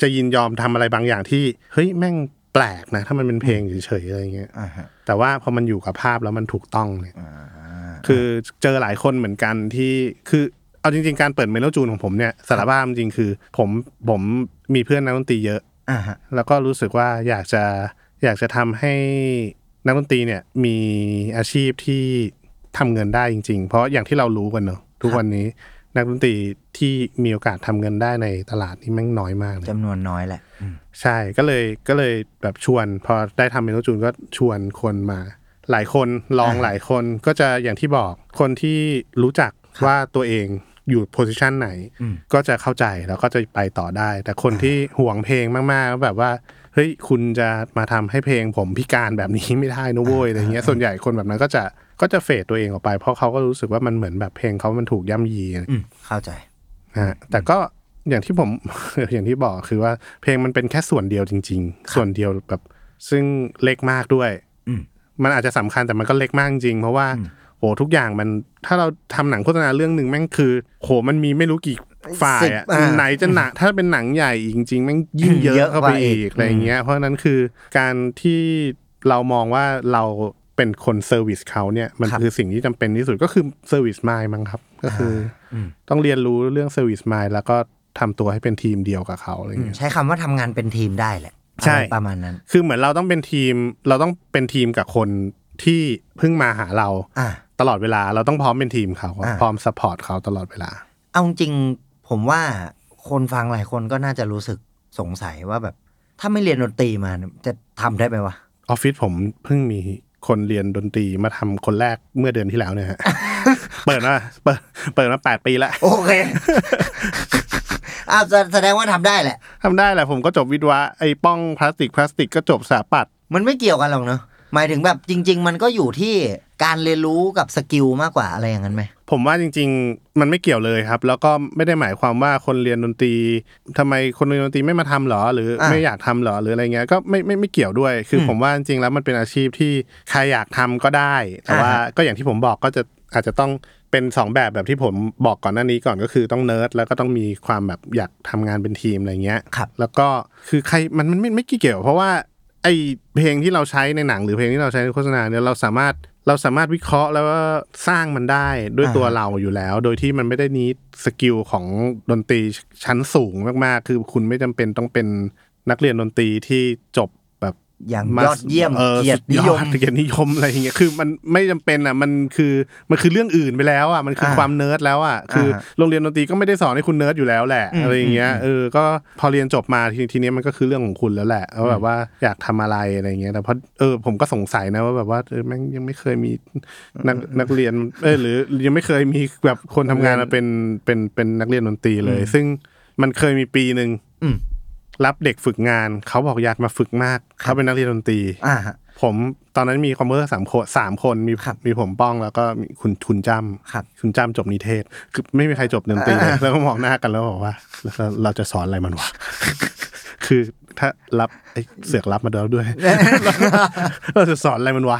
Speaker 3: จะยินยอมทำอะไรบางอย่างที่เฮ้ยแม่งแปลกนะถ้ามันเป็นเพลงเฉยๆอะไรเงี้ย
Speaker 2: อ่าฮะ
Speaker 3: แต่ว่าพอมันอยู่กับภาพแล้วมันถูกต้องเนี่ย คือเจอหลายคนเหมือนกันที่คือเอาจริงๆ การเปิดเมโลจูนของผมเนี่ยสารภาพจริงๆคือ ผมผมมีเพื่อนนักดนตรีเยอะ
Speaker 2: อ่าฮะ
Speaker 3: แล้วก็รู้สึกว่าอยากจะอยากจะทำให้นักดนตรีเนี่ยมีอาชีพที่ทำเงินได้จริง ๆ เพราะอย่างที่เรารู้กันเนอะทุกวันนี้นักดนตรีที่มีโอกาสทำเงินได้ในตลาดนี่แม่งน้อยมากเลย
Speaker 2: จำนวนน้อยแหละ อืม
Speaker 3: ใช่ก็เลยก็เลยแบบชวน พอได้ทำเมนูจูนก็ชวนคนมา หลายคนลองหลายคนก็จะอย่างที่บอกคนที่รู้จักว่าตัวเองอยู่โพสิชันไหน
Speaker 2: อืม
Speaker 3: ก็จะเข้าใจแล้วก็จะไปต่อได้ แต่คนที่ห่วงเพลงมากๆก็แบบว่าเฮ้ยคุณจะมาทำให้เพลงผมพิการแบบนี้ไม่ได้นะโว้ยอะไรเงี้ยส่วนใหญ่คนแบบนั้นก็จะก็จะเฟดตัวเองออกไป เพราะเขาก็รู้สึกว่ามันเหมือนแบบเพลงเขามันถูกย่ำยี
Speaker 2: อืม เข้าใจ
Speaker 3: นะฮะแต่ก็อย่างที่ผม อย่างที่บอกคือว่าเพลงมันเป็นแค่ส่วนเดียวจริง ๆ ส่วนเดียวแบบซึ่งเล็กมากด้วย
Speaker 2: อืม
Speaker 3: มันอาจจะสำคัญแต่มันก็เล็กมากจริงเพราะว่าโหทุกอย่างมันถ้าเราทำหนังโฆษณาเรื่องหนึ่งแม่งคือโหมันมีไม่รู้กี่ฝ่ายอะ
Speaker 2: สิบอ่า
Speaker 3: ไหนจะหนักถ้าเป็นหนังใหญ่อีกจริงๆแม่งยิ่งเย
Speaker 2: เย
Speaker 3: อะ
Speaker 2: อะ
Speaker 3: เข้า
Speaker 2: ก
Speaker 3: ไป
Speaker 2: ว่าอี
Speaker 3: อี
Speaker 2: ก
Speaker 3: กอะไรอย่างเงี้ยเพราะฉะนั้นคือการที่เรามองว่าเราเป็นคนเซอร์วิสเขาเนี่ยมันคือสิ่งที่จำเป็นที่สุดก็คือเซอร์วิสมายมั้งครับก็คืออ ต้องเรียนรู้เรื่องเซอร์วิสม d แล้วก็ทำตัวให้เป็นทีมเดียวกับเขาอะไร
Speaker 2: อืม
Speaker 3: เงี้ย
Speaker 2: ใช้คำว่าทำงานเป็นทีมได้แหละ
Speaker 3: ใช่
Speaker 2: ประมาณนั้น
Speaker 3: คือเหมือนเราต้องเป็นทีม เราต้องเป็นทีมกับคนที่เพิ่งมาหาเรา
Speaker 2: อ่า
Speaker 3: ตลอดเวลาเราต้องพร้อมเป็นทีมเขาอะ
Speaker 2: อ่า
Speaker 3: พร้อมสปอร์ตเขาตลอดเวลา
Speaker 2: เอาจริงๆผมว่า คนฟังหลายคนก็น่าจะรู้สึกสงสัยว่าแบบ ถ้าไม่เรียนดนตรีมาเนี่ยจะทำได้ไหมวะ
Speaker 3: ออฟฟิศผมเพิ่งมีคนเรียนดนตรีมาทำคนแรกเมื่อเดือนที่แล้ว เนี่ยฮะ เปิดมาเปิดเปิดมาแปดปีละ
Speaker 2: โอเค อ้าวแสแสดงว่าทำได้แหละ
Speaker 3: ทำได้แหละผมก็จบวิทวะไอ้ป้องพลาสติกพลาสติกก็จบสถาปัตย์
Speaker 2: มันไม่เกี่ยวกันหรอกเนอะหมายถึงแบบจริง ๆ มันก็อยู่ที่การเรียนรู้กับสกิลมากกว่าอะไรอย่างนั้นไหม
Speaker 3: ผมว่าจริง ๆ มันไม่เกี่ยวเลยครับ แล้วก็ไม่ได้หมายความว่าคนเรียนดนตรีทำไมคนเรียนดนตรีไม่มาทำหรอ หรืออา ไม่อยากทำหรอหรืออะไรเงี้ยก็ไม่ไม่ไม่เกี่ยวด้วย คืออผมว่าจริงๆแล้วมันเป็นอาชีพที่ใครอยากทำก็ได้ แต่ว่า
Speaker 2: อ่าฮะ
Speaker 3: ก็อย่างที่ผมบอกก็จะอาจจะต้องเป็นสองแบบแบบที่ผมบอกก่อนหน้านี้ก่อนก็คือต้องเนิร์ดแล้วก็ต้องมีความแบบอยากทำงานเป็นทีมอะไรเงี้ย
Speaker 2: ครับ
Speaker 3: แล้วก็คือใครมันมันไม่ไม่เกี่ยว เพราะว่าไอเพลงที่เราใช้ในหนังหรือเพลงที่เราใช้ในโฆษณาเนี่ยเราสามารถเราสามารถวิเคราะห์แล้วก็สร้างมันได้ด้วย
Speaker 2: อ่า
Speaker 3: ตัวเราอยู่แล้ว โดยที่มันไม่ได้นี้สกิลของดนตรีชั้นสูงมากๆ คือคุณไม่จำเป็นต้องเป็นนักเรียนดนตรีที่จบแบบ
Speaker 2: อย่าง
Speaker 3: มาย
Speaker 2: อดเยี่ยม
Speaker 3: ออ
Speaker 2: เกียรตินิยม
Speaker 3: สุดอดเกียรตินิยมอะไรอย่างเงี้ยคือมันไม่จำเป็นอ่ะมันคือมันคือเรื่องอื่นไปแล้วอ่ะมันคือ
Speaker 2: อ่า
Speaker 3: ความเนิร์ดแล้วอ่ะคืออา
Speaker 2: ฮะ
Speaker 3: โรงเรียนดนตรีก็ไม่ได้สอนให้คุณเนิร์ดอยู่แล้วแหละ
Speaker 2: อืม
Speaker 3: อะไรอย่างเงี้ย
Speaker 2: อืม
Speaker 3: เออก็พอเรียนจบมาทีทีเนี้ยมันก็คือเรื่องของคุณแล้วแหละว่าแบบว่าอยากทำอะไรอะไรอย่างเงี้ยแต่เพราะเออผมก็สงสัยนะว่าแบบว่าเออแม่งยังไม่เคยมีนักนักเรียนเออหรือยังไม่เคยมีแบบคนทำงานมาเป็นเป็นเป็นนักเรียนดนตรีเลย ซึ่งมันเคยมีปีหนึ่ง
Speaker 2: อืม
Speaker 3: รับเด็กฝึกงานเขาบอกอยากมาฝึกมากเขาเป็นนักเรียนดนตรี
Speaker 2: อ่าฮะ
Speaker 3: ผมตอนนั้นมีคอมเมอร์สามคนสามคนมี
Speaker 2: ครับ
Speaker 3: มีผมป้องแล้วก็มีคุณคุณจำ
Speaker 2: ครับ
Speaker 3: คุณจำจบนิเทศ คือไม่มีใครจบดนตรีเลยแล้วก็มองหน้ากันแล้วบอกว่าแล้วเราเราจะสอนอะไรมัน วะ คือถ้ารับไอ้เสือกรับมาแล้ว ด้วย เราจะสอนอะไรมันวะ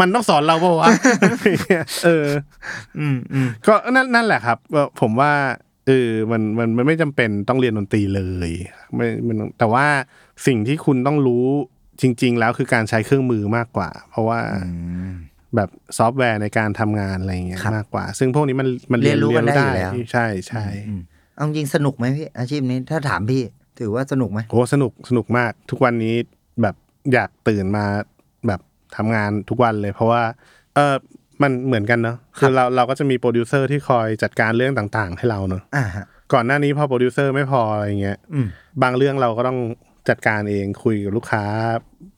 Speaker 3: มันต้องสอนเราเปะ วะเออ
Speaker 2: อืมอืม
Speaker 3: ก็นั่นนั่นแหละครับเอ่อผมว่าเออมันมันมันไม่จำเป็นต้องเรียนดนตรีเลยไม่มันแต่ว่าสิ่งที่คุณต้องรู้จริง ๆ แล้วคือการใช้เครื่องมือมากกว่า เพราะว่า
Speaker 2: อืม
Speaker 3: แบบซอฟต์แวร์ในการทำงานอะไรอย่างเงี้ย
Speaker 2: ครับ
Speaker 3: มากกว่า ซึ่งพวกนี้มันมัน
Speaker 2: เรียนรู้กันได้อยู่แล้ว
Speaker 3: ใช่ใช่
Speaker 2: เอาจริงสนุกไหมพี่อาชีพนี้ถ้าถามพี่ ถือว่าสนุกไหม
Speaker 3: โอ้สนุกสนุกมากทุกวันนี้แบบอยากตื่นมาแบบทำงานทุกวันเลย เพราะว่าเออมันเหมือนกันเนาะคือเราเราก็จะมีโปรดิวเซอร์ที่คอยจัดการเรื่องต่างๆ ให้เราเนาะ
Speaker 2: อ่าฮะ
Speaker 3: ก่อนหน้านี้พอโปรดิวเซอร์ไม่พออะไรเงี้ย
Speaker 2: อืม
Speaker 3: บางเรื่องเราก็ต้องจัดการเองคุยกับลูกค้า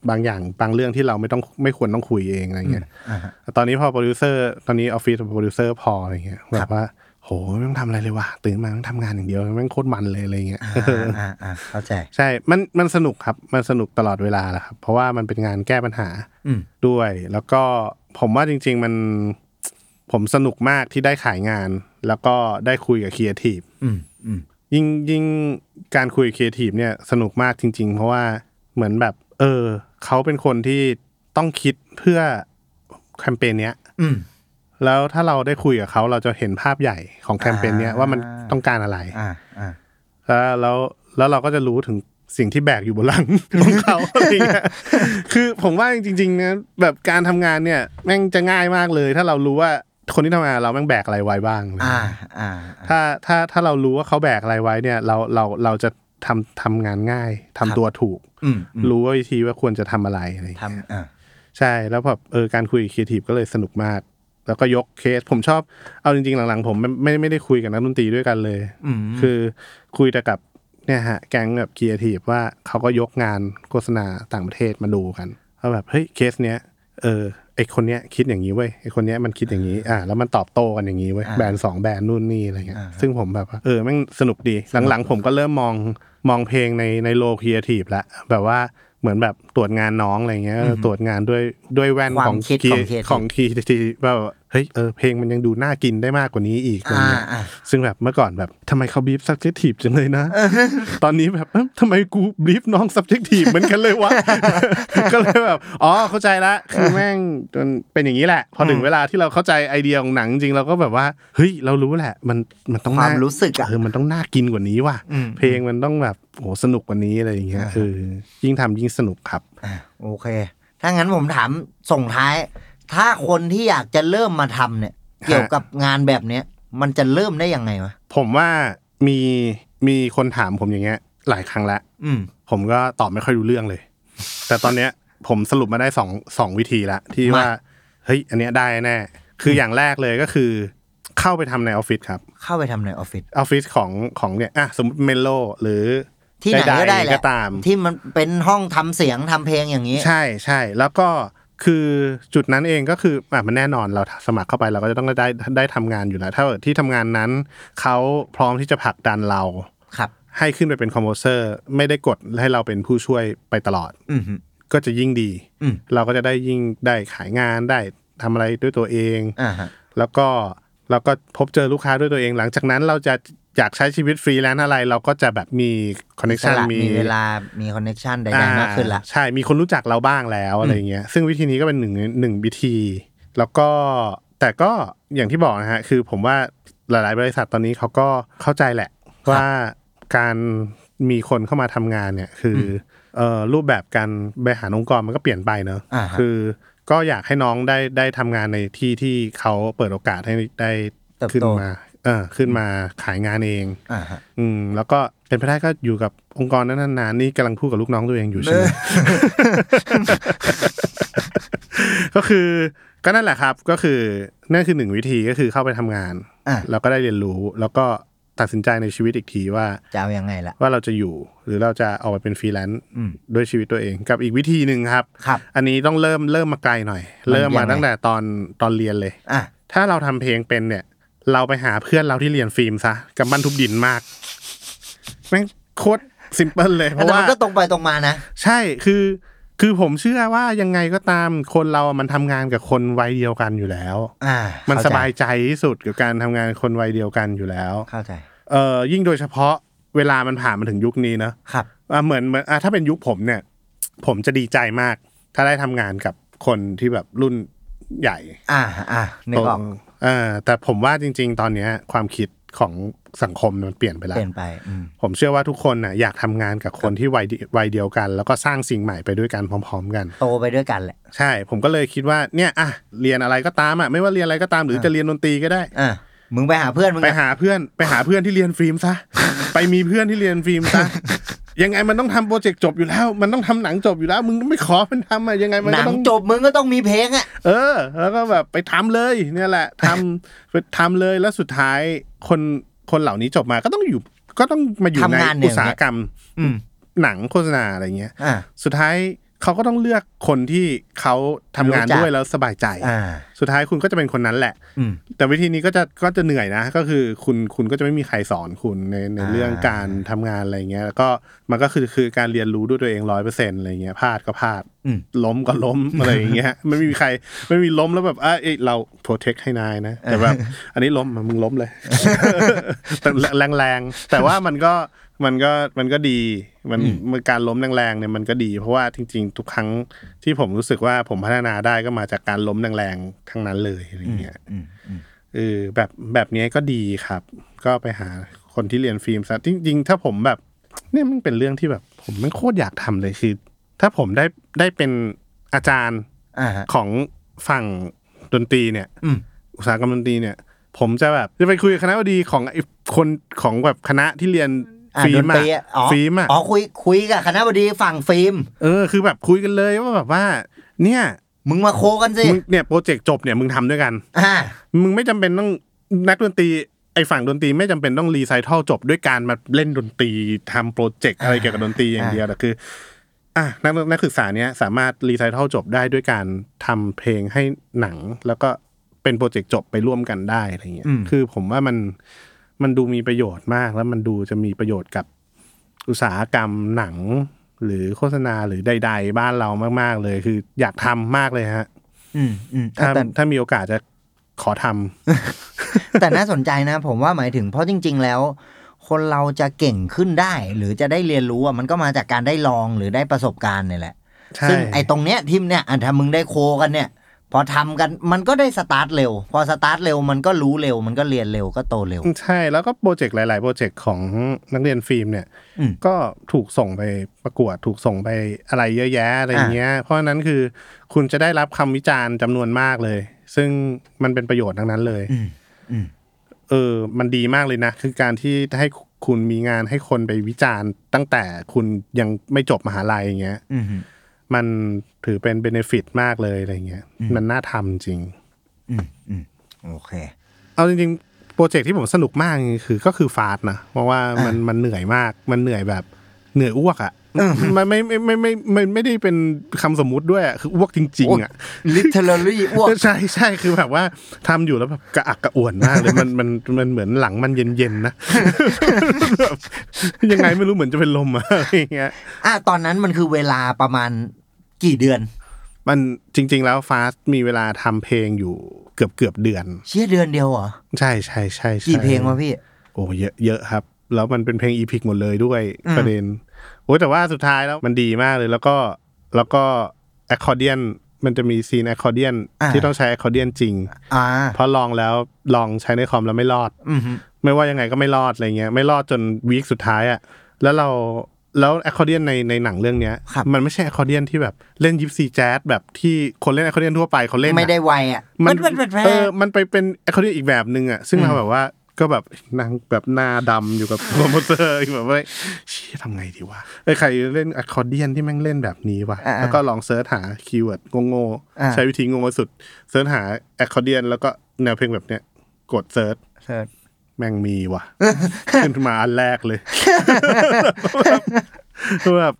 Speaker 3: บางอย่างบางเรื่องที่เราไม่ต้องไม่ควรต้องคุยเองอะไรเงี้ย
Speaker 2: อ่าฮะ
Speaker 3: แต่ตอนนี้พอโปรดิวเซอร์ตอนนี้ออฟฟิศโปรดิวเซอร์พออะไรเงี้ยแบบว่าโหไม่ต้องทำอะไรเลยว่ะตื่นมาต้องทำงานอย่างเดียวแม่งโคตรมันเลยอะไรเงี้ย
Speaker 2: อ่าอ่าอ่าเข้าใจ
Speaker 3: ใช่ มัน มันสนุกครับ มันสนุกตลอดเวลาแหละครับ เพราะว่ามันเป็นงานแก้ปัญหา
Speaker 2: อืม
Speaker 3: ด้วย แล้วก็ผมว่าจริง ๆ มัน ผมสนุกมากที่ได้ขายงาน แล้วก็ได้คุยกับครีเอทีฟ
Speaker 2: อืมอืม
Speaker 3: ยิ่งยิ่งการคุยกับครีเอทีฟเนี่ยสนุกมากจริง ๆ เพราะว่าเหมือนแบบ เออ เขาเป็นคนที่ต้องคิดเพื่อแคมเปญเนี้ย
Speaker 2: อืม
Speaker 3: แล้วถ้าเราได้คุยกับเขาเราจะเห็นภาพใหญ่ของแคมเปญเนี้ยว่ามัน
Speaker 2: อ่า
Speaker 3: ต้องการอะไร
Speaker 2: อ่าอ่า
Speaker 3: แล้วแล้วแล้วเราก็จะรู้ถึงสิ่งที่แบกอยู่บน หลัง ของเขาอะไรเงี้ยคือผมว่าจริงๆนะแบบการทำงานเนี่ยแม่งจะง่ายมากเลย ถ้าเรารู้ว่าคนที่ทำงานเราแม่งแบกอะไรไว้บ้างเลย
Speaker 2: อ่าอ่าอ่า
Speaker 3: ถ้าถ้าถ้าเรารู้ว่าเขาแบกอะไรไว้เนี่ย เราเราเราจะทำทำงานง่าย
Speaker 2: ค
Speaker 3: ทำ
Speaker 2: รับ
Speaker 3: ตัวถูก
Speaker 2: อืมอืม
Speaker 3: รู้ว่าวิธีว่าควรจะทำอะไรอะไรเงี้ย
Speaker 2: ทำอ่า
Speaker 3: ใช่แล้วแบบเออการคุยกับครีเอทีฟก็เลยสนุกมาก แล้วก็ยกเคสผมชอบเอาจริงๆ หลังๆ ผมไม่ไม่ไม่ได้คุยกับนักดนตรีด้วยกันเลย
Speaker 2: อืม
Speaker 3: คือคุยแต่กับเนี่ยฮะแก๊งแบบครีเอทีฟว่าเขาก็ยกงานโฆษณาต่างประเทศมาดูกันว่าแบบเฮ้ยเคสเนี้ยเออไอคนเนี้ยคิดอย่างนี้เว้ยไอคนเนี้ยมันคิดอย่างนี้อ่าแล้วมันตอบโต้กันอย่างนี้เว้ย
Speaker 2: อ่า
Speaker 3: แบรนด์สองแบรนด์นู่นนี่อะไรเงี้ย
Speaker 2: อ่า
Speaker 3: ซึ่งผมแบบว่าเออแม่งสนุกดีหลังๆ ผมก็เริ่มมองมองเพลงในในโลครีเอทีฟละแบบว่าเหมือนแบบตรวจงานน้องอะไรเงี้ยตรวจงานด้วยด้วยแว่น
Speaker 2: ความ
Speaker 3: ของ
Speaker 2: คิดของ creative
Speaker 3: ของทีทีว่าแบบเฮ้ยเออเพลงมันยังดูน่ากินได้มากกว่านี้อีกอะไร
Speaker 2: อ่า
Speaker 3: เงี้ย
Speaker 2: อ่า
Speaker 3: ซึ่งแบบเมื่อก่อนแบบทำไมเขาบีฟ subjective จังเลยนะ ตอนนี้แบบเอ้าทำไมกูบีฟน้อง subjective เหมือนกันเลย วะ ก็เลยแบบ อ๋อเข้าใจละ คือแม่งมันเป็นอย่างนี้แหละ พอถึงเวลาที่เราเข้าใจไอเดียของหนังจริงเราก็แบบว่า เฮ้ย เรารู้แหละ มันมันต้อง
Speaker 2: ความ
Speaker 3: น่
Speaker 2: รู้สึกอะ
Speaker 3: เออมันต้องน่ากินกว่านี้ว่ะ
Speaker 2: อืม
Speaker 3: เพลงมันต้องแบบโหสนุกกว่านี้อะไรอย่างเงี้ยเออยิ่งทำยิ่งสนุกครับ
Speaker 2: อ่ะโอเค ถ้างั้นผมถามส่งท้าย ถ้าคนที่อยากจะเริ่มมาทำเนี่ย เกี่ยวกับงานแบบเนี้ย มันจะเริ่มได้ยังไงวะ
Speaker 3: ผมว่ามีมีคนถามผมอย่างเงี้ย หลายครั้งละ
Speaker 2: อืม
Speaker 3: ผมก็ตอบไม่ค่อยรู้เรื่องเลย แต่ตอนเนี้ยผมสรุปมาได้สองสองวิธีละที่ว่า
Speaker 2: มา
Speaker 3: เฮ้ย อันเนี้ยได้แน่ คืออย่างแรกเลยก็คือ เข้าไปทำในออฟฟิศครับ
Speaker 2: เข้าไปทำในออฟฟิศ
Speaker 3: ออฟฟิศของของเนี่ยอ่ะสมมติเมโลหรือ
Speaker 2: ที่ไหนก็ได้แห
Speaker 3: ๆ
Speaker 2: ละ
Speaker 3: ก็ตาม
Speaker 2: ที่มันเป็นห้องทำเสียงทำเพลงอย่างนี้
Speaker 3: ใช่ใช่แล้วก็คือจุดนั้นเองก็คืออ่ะมันแน่นอนเราสมัครเข้าไปเราก็จะต้องได้ได้ทำงานอยู่แล้วถ้าเกิดที่ทำงานนั้นเขาพร้อมที่จะผลักดันเรา
Speaker 2: ครับ
Speaker 3: ให้ขึ้นไปเป็นคอมโพเซอร์ไม่ได้กดให้เราเป็นผู้ช่วยไปตลอด
Speaker 2: อือฮึ
Speaker 3: ก็จะยิ่งดี
Speaker 2: อืม
Speaker 3: เราก็จะได้ยิ่งได้ขายงานได้ทำอะไรด้วยตัวเอง
Speaker 2: อ่าฮะ
Speaker 3: แล้วก็เราก็พบเจอลูกค้าด้วยตัวเอง หลังจากนั้นเราจะอยากใช้ชีวิตฟรีแลนซ์อะไร เราก็จะแบบมีคอนเนค
Speaker 2: ส
Speaker 3: ชัน
Speaker 2: ละ
Speaker 3: มี
Speaker 2: มีเวลามีคอนเน t ชันใดๆมากขึ้นละ
Speaker 3: อ่ใช่มีคนรู้จักเราบ้างแล้วอะไรเงี้ยซึ่งวิธีนี้ก็เป็นหนึ่งหนึ่งวิธี แล้วก็แต่ก็อย่างที่บอกนะฮะคือผมว่าหลาย ๆ บริษัทตอนนี้เขาก็เข้าใจแหละ ว่าการมีคนเข้ามาทำงานเนี่ยคืออเอ่อรูปแบบการบริหารองค์กรมันก็เปลี่ยนไปเนอะ
Speaker 2: อ่าฮะ
Speaker 3: คือก็อยากให้น้องได้ได้ทำงานในที่ที่เขาเปิดโอกาสให้ได้
Speaker 2: เติบ
Speaker 3: ขึ้น
Speaker 2: โต
Speaker 3: มา เออ ขึ้นมาขายงานเอง
Speaker 2: อ่าฮะ
Speaker 3: อืม แล้วก็เป็นไปได้ก็อยู่กับองค์กรนั้นนานๆนี่กำลังพูดกับลูกน้องตัวเองอยู่ใช่ไหม ก็คือ ก็นั่นแหละครับ ก็คือ นั่นคือหนึ่งวิธีก็คือเข้าไปทำงาน
Speaker 2: อ่ะ
Speaker 3: แล้วก็ได้เรียนรู้ แล้วก็ตัดสินใจในชีวิตอีกทีว่า
Speaker 2: จะเอายังไงล่ะ
Speaker 3: ว่าเราจะอยู่ หรือเราจะออกไปเป็นฟรีแลนซ์
Speaker 2: อืม
Speaker 3: ด้วยชีวิตตัวเอง กับอีกวิธีหนึ่งครับ
Speaker 2: ครับ
Speaker 3: อันนี้ต้องเริ่มเริ่มมาไกลหน่อย เริ่มมาตั้งแต่ตอนตอนเรียนเลย
Speaker 2: อ่ะ
Speaker 3: ถ้าเราทำเพลงเป็นเนี่ย เราไปหาเพื่อนเราที่เรียนฟิล์มซะกับบ้านทุบดินมากแม่งโคตรซิมเพิลเลย เพ
Speaker 2: แต่มั
Speaker 3: ราะว่าน
Speaker 2: ก็ตรงไปตรงมานะ
Speaker 3: ใช่คือคือผมเชื่อว่ายังไงก็ตามคนเรามันทำงานกับคนวัยเดียวกันอยู่แล้ว
Speaker 2: อ่า
Speaker 3: มั
Speaker 2: มัน
Speaker 3: สบายใจที่สุดกับการทำงานกับคนวัยเดียวกันอยู่แล้ว
Speaker 2: เข้าใจ
Speaker 3: เอ่อยิ่งโดยเฉพาะเวลามันผ่านมาถึงยุคนี้เนอะ
Speaker 2: ครับ
Speaker 3: อ่ะเหมือนเหมือนอ่ะถ้าเป็นยุคผมเนี่ย ผมจะดีใจมาก ถ้าได้ทำงานกับคนที่แบบรุ่นใหญ่
Speaker 2: อ่า อ่านึกออก
Speaker 3: ตรงเออแต่ผมว่าจริง ๆ ตอนเนี้ยความคิดของสังคมมันเปลี่ยนไปแล้ว
Speaker 2: เปลี่ยนไป อืม
Speaker 3: ผมเชื่อว่าทุกคนน่ะอยากทำงานกับคนที่วัยเดีวัยเดียวกัน แล้วก็สร้างสิ่งใหม่ไปด้วยกันพร้อม ๆ กัน
Speaker 2: โตไปด้วยกันแหละ
Speaker 3: ใช่ ผมก็เลยคิดว่าเนี่ยอ่ะเรียนอะไรก็ตามอ่ะไม่ว่าเรียนอะไรก็ตามหรือจะเรียนดนตรีก็ได้
Speaker 2: อ่า มึงไปหาเพื่อนมึง
Speaker 3: ไป
Speaker 2: อะ
Speaker 3: หาเพื่อนไปหาเพื่อนที่เรียนฟิล์มซะ ไปมีเพื่อนที่เรียนฟิล์มซะ ยังไงมันต้องทำโปรเจกต์จบอยู่แล้ว มันต้องทำหนังจบอยู่แล้ว มึงไม่ขอมันทำอะยังไงมัน
Speaker 2: หนั
Speaker 3: ก็
Speaker 2: ง
Speaker 3: ต้อง
Speaker 2: จบมึงก็ต้องมีเพลงอ่ะ
Speaker 3: เออ แล้วก็แบบไปทำเลย เนี่ยแหละทำไปทำ เลยแล้วสุดท้ายคนคนเหล่านี้จบมาก็ต้องอยู่ก็ต้องมาอยู่ใน
Speaker 2: ทำงานเนี่ย
Speaker 3: อุตสาหกรรม
Speaker 2: อืม
Speaker 3: หนังโฆษณาอะไรเงี้ย
Speaker 2: อ่า
Speaker 3: สุดท้ายเขาก็ต้องเลือกคนที่เขาทำงาน
Speaker 2: รู้จัก
Speaker 3: ด้วยแล้วสบายใจ
Speaker 2: อ่า
Speaker 3: สุดท้ายคุณก็จะเป็นคนนั้นแหละ
Speaker 2: อืม
Speaker 3: แต่วิธีนี้ก็จะก็จะเหนื่อยนะ ก็คือคุณคุณก็จะไม่มีใครสอนคุณในใน
Speaker 2: อ่า
Speaker 3: เรื่องการทำงานอะไรเงี้ยแล้วก็มันก็คือคือการเรียนรู้ด้วยตัวเองร้อยเปอร์เซ็นต์อะไรเงี้ยพลาดก็พลาด
Speaker 2: อืม
Speaker 3: ล้มก็ ล้ม อะไรอย่างเงี้ยไม่มีใครไม่มีล้มแล้วแบบอ่ะเอ้ยเราโปรเทคให้นายนะแต่แบบอันนี้ล้มมึงล้ม เลย แต่แรงแรงๆแต่ว่ามันก็มันก็มันก็ดีมันมันการล้มแรงๆเนี่ยมันก็ดี เพราะว่าจริง ๆ ทุกครั้งที่ผมรู้สึกว่าผมพัฒนาได้ก็มาจากการล้มแรงๆทั้งนั้นเลยอะไรเงี้ย
Speaker 2: อืมอืม
Speaker 3: เออแบบแบบนี้ก็ดีครับ ก็ไปหาคนที่เรียนฟิล์มซะจริงๆ ถ้าผมแบบเนี่ยมันเป็นเรื่องที่แบบ ผมไม่งโคตรอยากทำเลยคือ ถ้าผมได้ได้เป็นอาจารย์
Speaker 2: อ่าฮะ
Speaker 3: ของฝั่งดนตรีเนี่ย
Speaker 2: อืม
Speaker 3: อุตสาหกรรมดนตรีเนี่ย ผมจะแบบจะไปคุยกับคณะบดีของไอ้คนของแบบคณะที่เรียน
Speaker 2: อ่า
Speaker 3: ฟิ
Speaker 2: ด
Speaker 3: ล์ม
Speaker 2: น
Speaker 3: อะ
Speaker 2: ตรีอะอ๋อ
Speaker 3: ฟิล์มอะ
Speaker 2: อ๋อ คุย คุยกับคณะบดีฝั่งฟิล์ม
Speaker 3: เออคือแบบคุยกันเลยว่าแบบว่า เนี่ย
Speaker 2: มึงมาโคกันสิ
Speaker 3: มึงเนี่ยโปรเจกต์จบเนี่ยมึงทำด้วยกัน
Speaker 2: อ่า
Speaker 3: มึงไม่จำเป็นต้องนักดนตรีไอ้ฝั่งดนตรีไม่จำเป็นต้องรีไซเคิลจบด้วยการมาเล่นดนตรีทำโปรเจกต์อะไรเกี่ยวกับดนตรีอย่างเดียวแต่คืออ่ะนักนักศึกษาเนี้ยสามารถรีไซเคิลจบได้ด้วยการทำเพลงให้หนัง แล้วก็เป็นโปรเจกต์จบไปร่วมกันได้อะไรเงี้ย
Speaker 2: อืม
Speaker 3: คือผมว่ามันมันดูมีประโยชน์มาก แล้วมันดูจะมีประโยชน์กับอุตสาหกรรมหนัง หรือโฆษณาหรือใด ๆ บ้านเรามาก ๆ เลย คืออยากทำมากเลยฮะ
Speaker 2: อืมอืมอ่ะ
Speaker 3: ถ้า
Speaker 2: แต่
Speaker 3: ถ้ามีโอกาสจะขอทำ
Speaker 2: แต่น่าสนใจนะ ผมว่าหมายถึงเพราะจริง ๆ แล้ว คนเราจะเก่งขึ้นได้ หรือจะได้เรียนรู้อะมันก็มาจากการได้ลองหรือได้ประสบการณ์เนี่ยแหละ
Speaker 3: ใช่
Speaker 2: ซึ่งไอ้ตรงเนี้ยทีมเนี่ยอันถ้ามึงได้โคกันเนี่ย พอทำกันมันก็ได้สตาร์ทเร็ว พอสตาร์ทเร็วมันก็รู้เร็ว มันก็เรียนเร็วก็โตเร็ว
Speaker 3: ใช่แล้วก็โปรเจกต์หลาย ๆ โปรเจกต์ของนักเรียนฟิล์มเนี่ย
Speaker 2: อืม
Speaker 3: ก็ถูกส่งไปประกวดถูกส่งไปอะไรเยอะแยะอะไรอย่างเงี้ย เพราะฉะนั้นคือคุณจะได้รับคำวิจารณ์จำนวนมากเลย ซึ่งมันเป็นประโยชน์ทั้งนั้นเลย
Speaker 2: อืมอืม
Speaker 3: เออ มันดีมากเลยนะ คือการที่ให้คุณมีงานให้คนไปวิจารณ์ ตั้งแต่คุณยังไม่จบมหาลัยอย่างเงี้ย
Speaker 2: อืม
Speaker 3: มันถือเป็นเบเนฟิตมากเลยอะไรเงี้ยมันน่าทำจริง
Speaker 2: อืมอืมโอเค
Speaker 3: เอาจริงๆ รเจกต์ที่ผมสนุกมากคือก็คือฟาสต์นะเพราะว่ามันมันเหนื่อยมากมันเหนื่อยแบบเหนื่อยอ้วกอ่ะมันไม่ไม่ไม่ไม่ไม่ไม่ได้เป็นคำสมมุติด้วยอะคืออ้วกจริง ๆอ่ะ
Speaker 2: ลิเทเลอรี่อ้วก
Speaker 3: ใช่ใช่คือแบบว่าทำอยู่แล้วแบบกระอักกระอ่วนมากเลยมันมันมันเหมือนหลังมันเย็นๆนะ แบบยังไงไม่รู้เหมือนจะเป็นลมอะอะไรอย่างเงี้ย
Speaker 2: อ่ะตอนนั้นมันคือเวลาประมาณกี่เดือน
Speaker 3: มันจริง ๆ แล้วฟาสมีเวลาทำเพลงอยู่เกือบเกือบเดือน
Speaker 2: เชี่ยเดือนเดียวเหรอ
Speaker 3: ใช่ใช่ใช่ใช่
Speaker 2: กี่เพลงวะพี่
Speaker 3: โอ้เยอะเยอะครับ แล้วมันเป็นเพลงอีพิกหมดเลยด้วย
Speaker 2: อืม
Speaker 3: ประเด็นโอ้ยแต่ว่าสุดท้ายแล้วมันดีมากเลยแล้วก็แล้วก็แอคคอร์เดียนมันจะมีซีนแอคคอร์เดียนที่ต้องใช้แอคคอร์เดียนจริง
Speaker 2: อ่า
Speaker 3: เพราะลองแล้วลองใช้ในคอมแล้วไม่รอด
Speaker 2: อืมฮึ
Speaker 3: ไม่ว่ายังไงก็ไม่รอดอะไรเงี้ยไม่รอดจนวีคสุดท้ายอะแล้วเราแล้วแอคคอร์เดียนในในหนังเรื่องเนี้ย มันไม่ใช่แอคคอร์เดียนที่แบบเล่นยิปซีแจ๊สแบบที่คนเล่นแอคคอร์เดียนทั่วไปเขาเล่นอะ
Speaker 2: ไม่ได้ไวอ่ะ
Speaker 3: มัน
Speaker 2: เป็นเป็น
Speaker 3: เออมันไปเป็นแอคคอร์เดียนอีกแบบหนึ่งอะซึ่งเราแบบว่าก็แบบนางแบบหน้าดำอยู่กับ โปรโมเตอร์แบบว่าเชี่ยทำไงดีวะไอ้ยใครเล่นแอคคอร์เดียนที่แม่งเล่นแบบนี้วะ
Speaker 2: อ่าๆ
Speaker 3: แล้วก็ลองเซิร์ชหาคีย์เวิร์ดโง่
Speaker 2: อ่า
Speaker 3: ๆใช้วิธีโง่สุดเซิร์ชหาแอคคอร์เดียนแล้วก็แนวเพลงแบบเนี้ยกดเซิร์ช
Speaker 2: เสิร์ช
Speaker 3: แม่งมี ว่ะ ขึ้นมาอันแรกเลย แบบ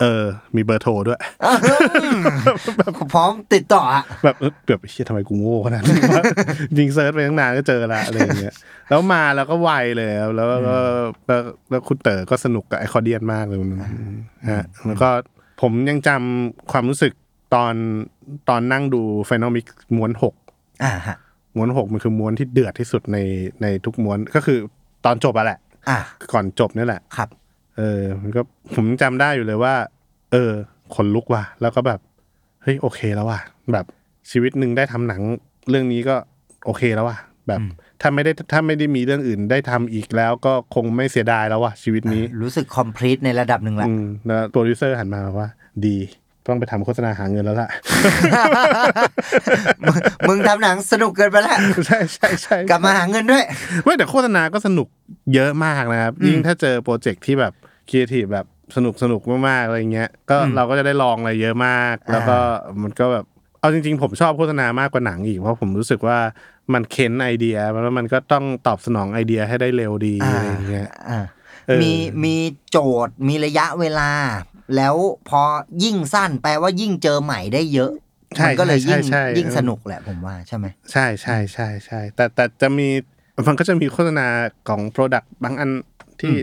Speaker 3: เออ มีเบอร์โทรด้วย
Speaker 2: พร้อมติดต่ออ่ะ
Speaker 3: แบบเออแบบเชี่ยทำไมกูโง่ขนาดนี้ วะ ยิงเซิร์ชไปตั้งนานก็เจอละอะไรอย่างเงี้ยแล้วมาแล้วก็ไวเลยครับแล้วก็แล้วแล้วคุณเต๋อก็สนุกกับไอคอร์เดียนมากเลยวันนั้นฮะแล้วก็ผมยังจำความรู้สึกตอนตอนนั่งดูไฟน a ลมิกม้วนหก
Speaker 2: อ่าฮะ
Speaker 3: ม้วนหกมันคือม้วนที่เดือดที่สุดในในทุกม้วนก็คือตอนจบอะแหละ
Speaker 2: อ่า
Speaker 3: ก่อนจบนี่แหละ
Speaker 2: ครับ
Speaker 3: เออมันก็ผมจำได้อยู่เลยว่า เออขนลุกว่ะ แล้วก็แบบ เฮ้ยโอเคแล้วว่ะ แบบชีวิตหนึ่งได้ทำหนังเรื่องนี้ก็โอเคแล้วว่ะ แบบถ้าไม่ได้ถ้าไม่ได้มีเรื่องอื่นได้ทำอีกแล้วก็คงไม่เสียดายแล้วว่ะชีวิตนี้
Speaker 2: รู้สึกคอมพลีทในระดับหนึ่งละ
Speaker 3: อืมแล้วโปรดิวเซอร์หันมาบอกว่า ดี ต้องไปทำโฆษณาหาเงินแล้ว ล่ะ
Speaker 2: มึง มึงทำหนังสนุกเกินไป แล้ว
Speaker 3: ใช่ใช่ใช่
Speaker 2: กลับมาหาเงินด้วย
Speaker 3: ไม่แต่โฆษณาก็สนุกเยอะมากนะครับ ยิ่งถ้าเจอโปรเจกต์ที่แบบครีเอทีฟแบบสนุกสนุกมากๆอะไรเงี้ยก็เราก็จะได้ลองอะไรเยอะมาก แล้วก็มันก็แบบเอาจริง ๆ ผมชอบโฆษณามากกว่าหนังอีกเพราะผมรู้สึกว่ามันเค้นไอเดียแล้วมันก็ต้องตอบสนองไอเดียให้ได้เร็วดี
Speaker 2: อ่า
Speaker 3: อะไรเงี้ย
Speaker 2: อ่า
Speaker 3: เออ
Speaker 2: มีมีโจทย์มีระยะเวลา แล้วพอยิ่งสั้นแปลว่ายิ่งเจอใหม่ได้เยอะมัก็เลยยิ่ง
Speaker 3: ใช่ใช่
Speaker 2: ยิ่งสนุกแหละผมว่าใช่ไหม
Speaker 3: ใช่ใช่ใช่ใช่แต่แต่จะมีมันก็จะมีโฆษณาของโปรดักต์บางอันที่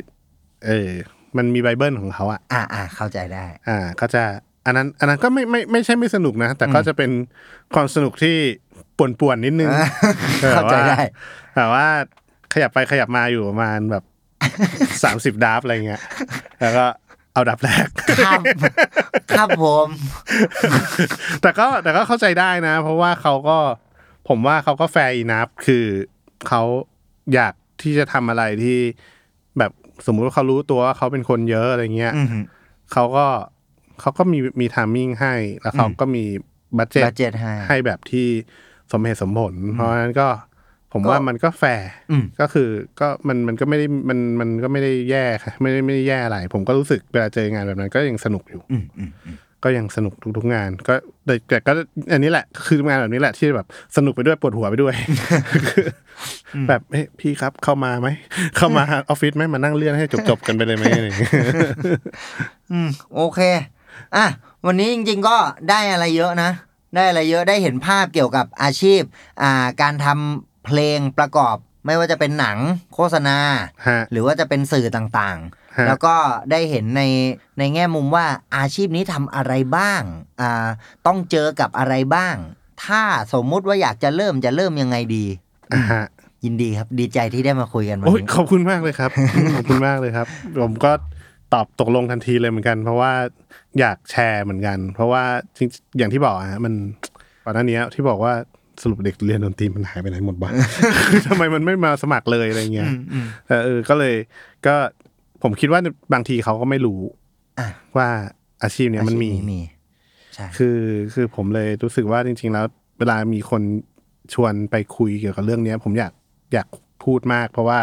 Speaker 3: เออมันมีไบเบิลของเขาอะ
Speaker 2: อ่าอ่าเข้าใจได้
Speaker 3: อ่าก็จะอันนั้นอันนั้นก็ไม่ไม่ไม่ใช่ไม่สนุกนะ แต่ก็จะเป็นความสนุกที่ป่วนๆนิดนึง
Speaker 2: อ่ าเข้าใจได้
Speaker 3: แต่ว่าแต่ว่าขยับไปขยับมาอยู่ประมาณแบบ สามสิบ30ดาฟอะไรเงี้ยแล้วก็เอาดับแรก
Speaker 2: ครับครับผม
Speaker 3: แต่ก็แต่ก็เข้าใจได้นะ เพราะว่าเขาก็ผมว่าเขาก็แฟร์อีนับคือเขาอยากที่จะทำอะไรที่แบบสมมุติว่าเขารู้ตัวว่าเขาเป็นคนเยอะอะไรเงี้ย
Speaker 2: อืม
Speaker 3: เขาก็เขาก็มีมีทามมิ่งให้ แล้วเขาก็มีบัตเจ็ต
Speaker 2: budget ให้
Speaker 3: ให้แบบที่สมเหตุสมผล เพราะฉะนั้นก็ผมว่ามันก็แฟร์
Speaker 2: อืม
Speaker 3: ก็คือก็มันมันก็ไม่ได้มันมันก็ไม่ได้แย่ค่ะไม่ได้ไม่ได้แย่อะไร ผมก็รู้สึกเวลาเจองานแบบนั้นก็ยังสนุกอยู่
Speaker 2: อืมอืม
Speaker 3: ก็ยังสนุกทุกๆงาน ก็แต่แต่ก็อันนี้แหละคืองานแบบนี้แหละที่แบบสนุกไปด้วยปวดหัวไปด้วย แบบเฮ้ยพี่ครับเข้ามาไหมเข้ามาออฟฟิศไหมมานั่งเลื่อนให้จบๆกันไปเลยไหมอะไรอย่าง เงี้ย
Speaker 2: อืมโอเค อ่ะ วันนี้จริงๆก็ได้อะไรเยอะนะ ได้อะไรเยอะได้เห็นภาพเกี่ยวกับอาชีพ อ่า การทำเพลงประกอบ ไม่ว่าจะเป็นหนังโฆษณา
Speaker 3: ฮะ
Speaker 2: หรือว่าจะเป็นสื่อต่าง
Speaker 3: ฮะ
Speaker 2: ๆ แล้วก็ได้เห็นในในแง่มุมว่าอาชีพนี้ทำอะไรบ้าง อ่า ต้องเจอกับอะไรบ้าง ถ้าสมมุติว่าอยากจะเริ่มจะเริ่มยังไงดี
Speaker 3: อ่าฮะ
Speaker 2: ยินดีครับ ดีใจที่ได้มาคุยกันวัน
Speaker 3: โอ้ย
Speaker 2: นี้
Speaker 3: ขอบคุณมากเลย ครับ ขอบคุณมากเลยครับ ผมก็ตอบตกลงทันทีเลยเหมือนกัน เพราะว่าอยากแชร์เหมือนกัน เพราะว่าจริงอย่างที่บอกอะฮะมันก่อนหน้านี้ที่บอกว่าสรุปเด็กเรียนดนตรีมันหายไปไหนหมดบ้าง คือทำไมมันไม่มาสมัครเลยอะไรเงี้ยแต่เออก็เลยก็ผมคิดว่าบางทีเขาก็ไม่รู้
Speaker 2: อ่ะ
Speaker 3: ว่าอาชีพเนี้ยมันมี
Speaker 2: อาชีพมี ใช่
Speaker 3: คือคือผมเลยรู้สึกว่าจริง ๆ แล้ว เวลามีคนชวนไปคุยเกี่ยวกับเรื่องเนี้ย ผมอยากอยากพูดมาก เพราะว่า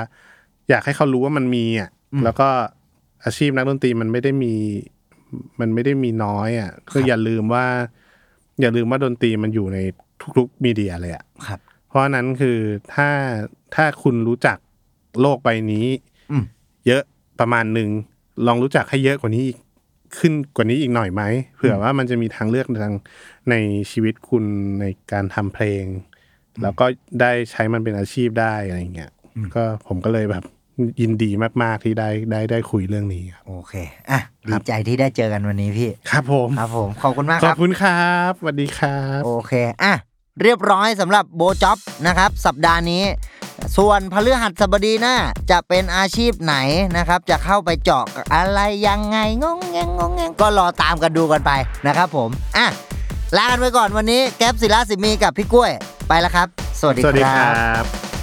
Speaker 3: อยากให้เขารู้ว่ามันมีอ่ะแล้วก็อาชีพนักดนตรีมันไม่ได้มี มันไม่ได้มีน้อยอ่ะคืออย่าลืมว่า อย่าลืมว่าดนตรีมันอยู่ในทุกๆมีเดียเลยอ่ะ
Speaker 2: ครับ
Speaker 3: เพราะฉะนั้นคือถ้าถ้าคุณรู้จักโลกใบนี้
Speaker 2: อืม
Speaker 3: เยอะประมาณหนึ่งลองรู้จักให้เยอะกว่านี้อีกขึ้นกว่านี้อีกหน่อยไหมเผื่อว่ามันจะมีทางเลือกทางในชีวิตคุณในการทำเพลง แล้วก็ได้ใช้มันเป็นอาชีพได้อะไรอย่างเงี้ยก็ผมก็เลยแบบยินดีมาก ๆ ที่ได้ได้ได้คุยเรื่องนี้ครับ
Speaker 2: โอเคอ่ะ
Speaker 3: ค
Speaker 2: ดี
Speaker 3: รับ
Speaker 2: ใจที่ได้เจอกันวันนี้พี่
Speaker 3: ครับผม
Speaker 2: ครับผมขอบคุณมาก
Speaker 3: ข
Speaker 2: ค
Speaker 3: อ
Speaker 2: รั
Speaker 3: บบ คุณครับสวัสดีครับ
Speaker 2: โอเค อ่ะ เรียบร้อยสำหรับโบจ็อบนะครับ สัปดาห์นี้ ส่วนพฤหัสบดีหน้าจะเป็นอาชีพไหนนะครับ จะเข้าไปเจาะอะไรยังไงงงแงงงงแงงก็รอตามกันดูกันไปนะครับผม อ่ะ ลากันไปก่อนวันนี้ แก๊ปศิลาสิมีกับพี่กล้วย ไปแล้วครับ สวัสดี
Speaker 3: สวัสดี
Speaker 2: ค
Speaker 3: ค
Speaker 2: รั
Speaker 3: รับ บ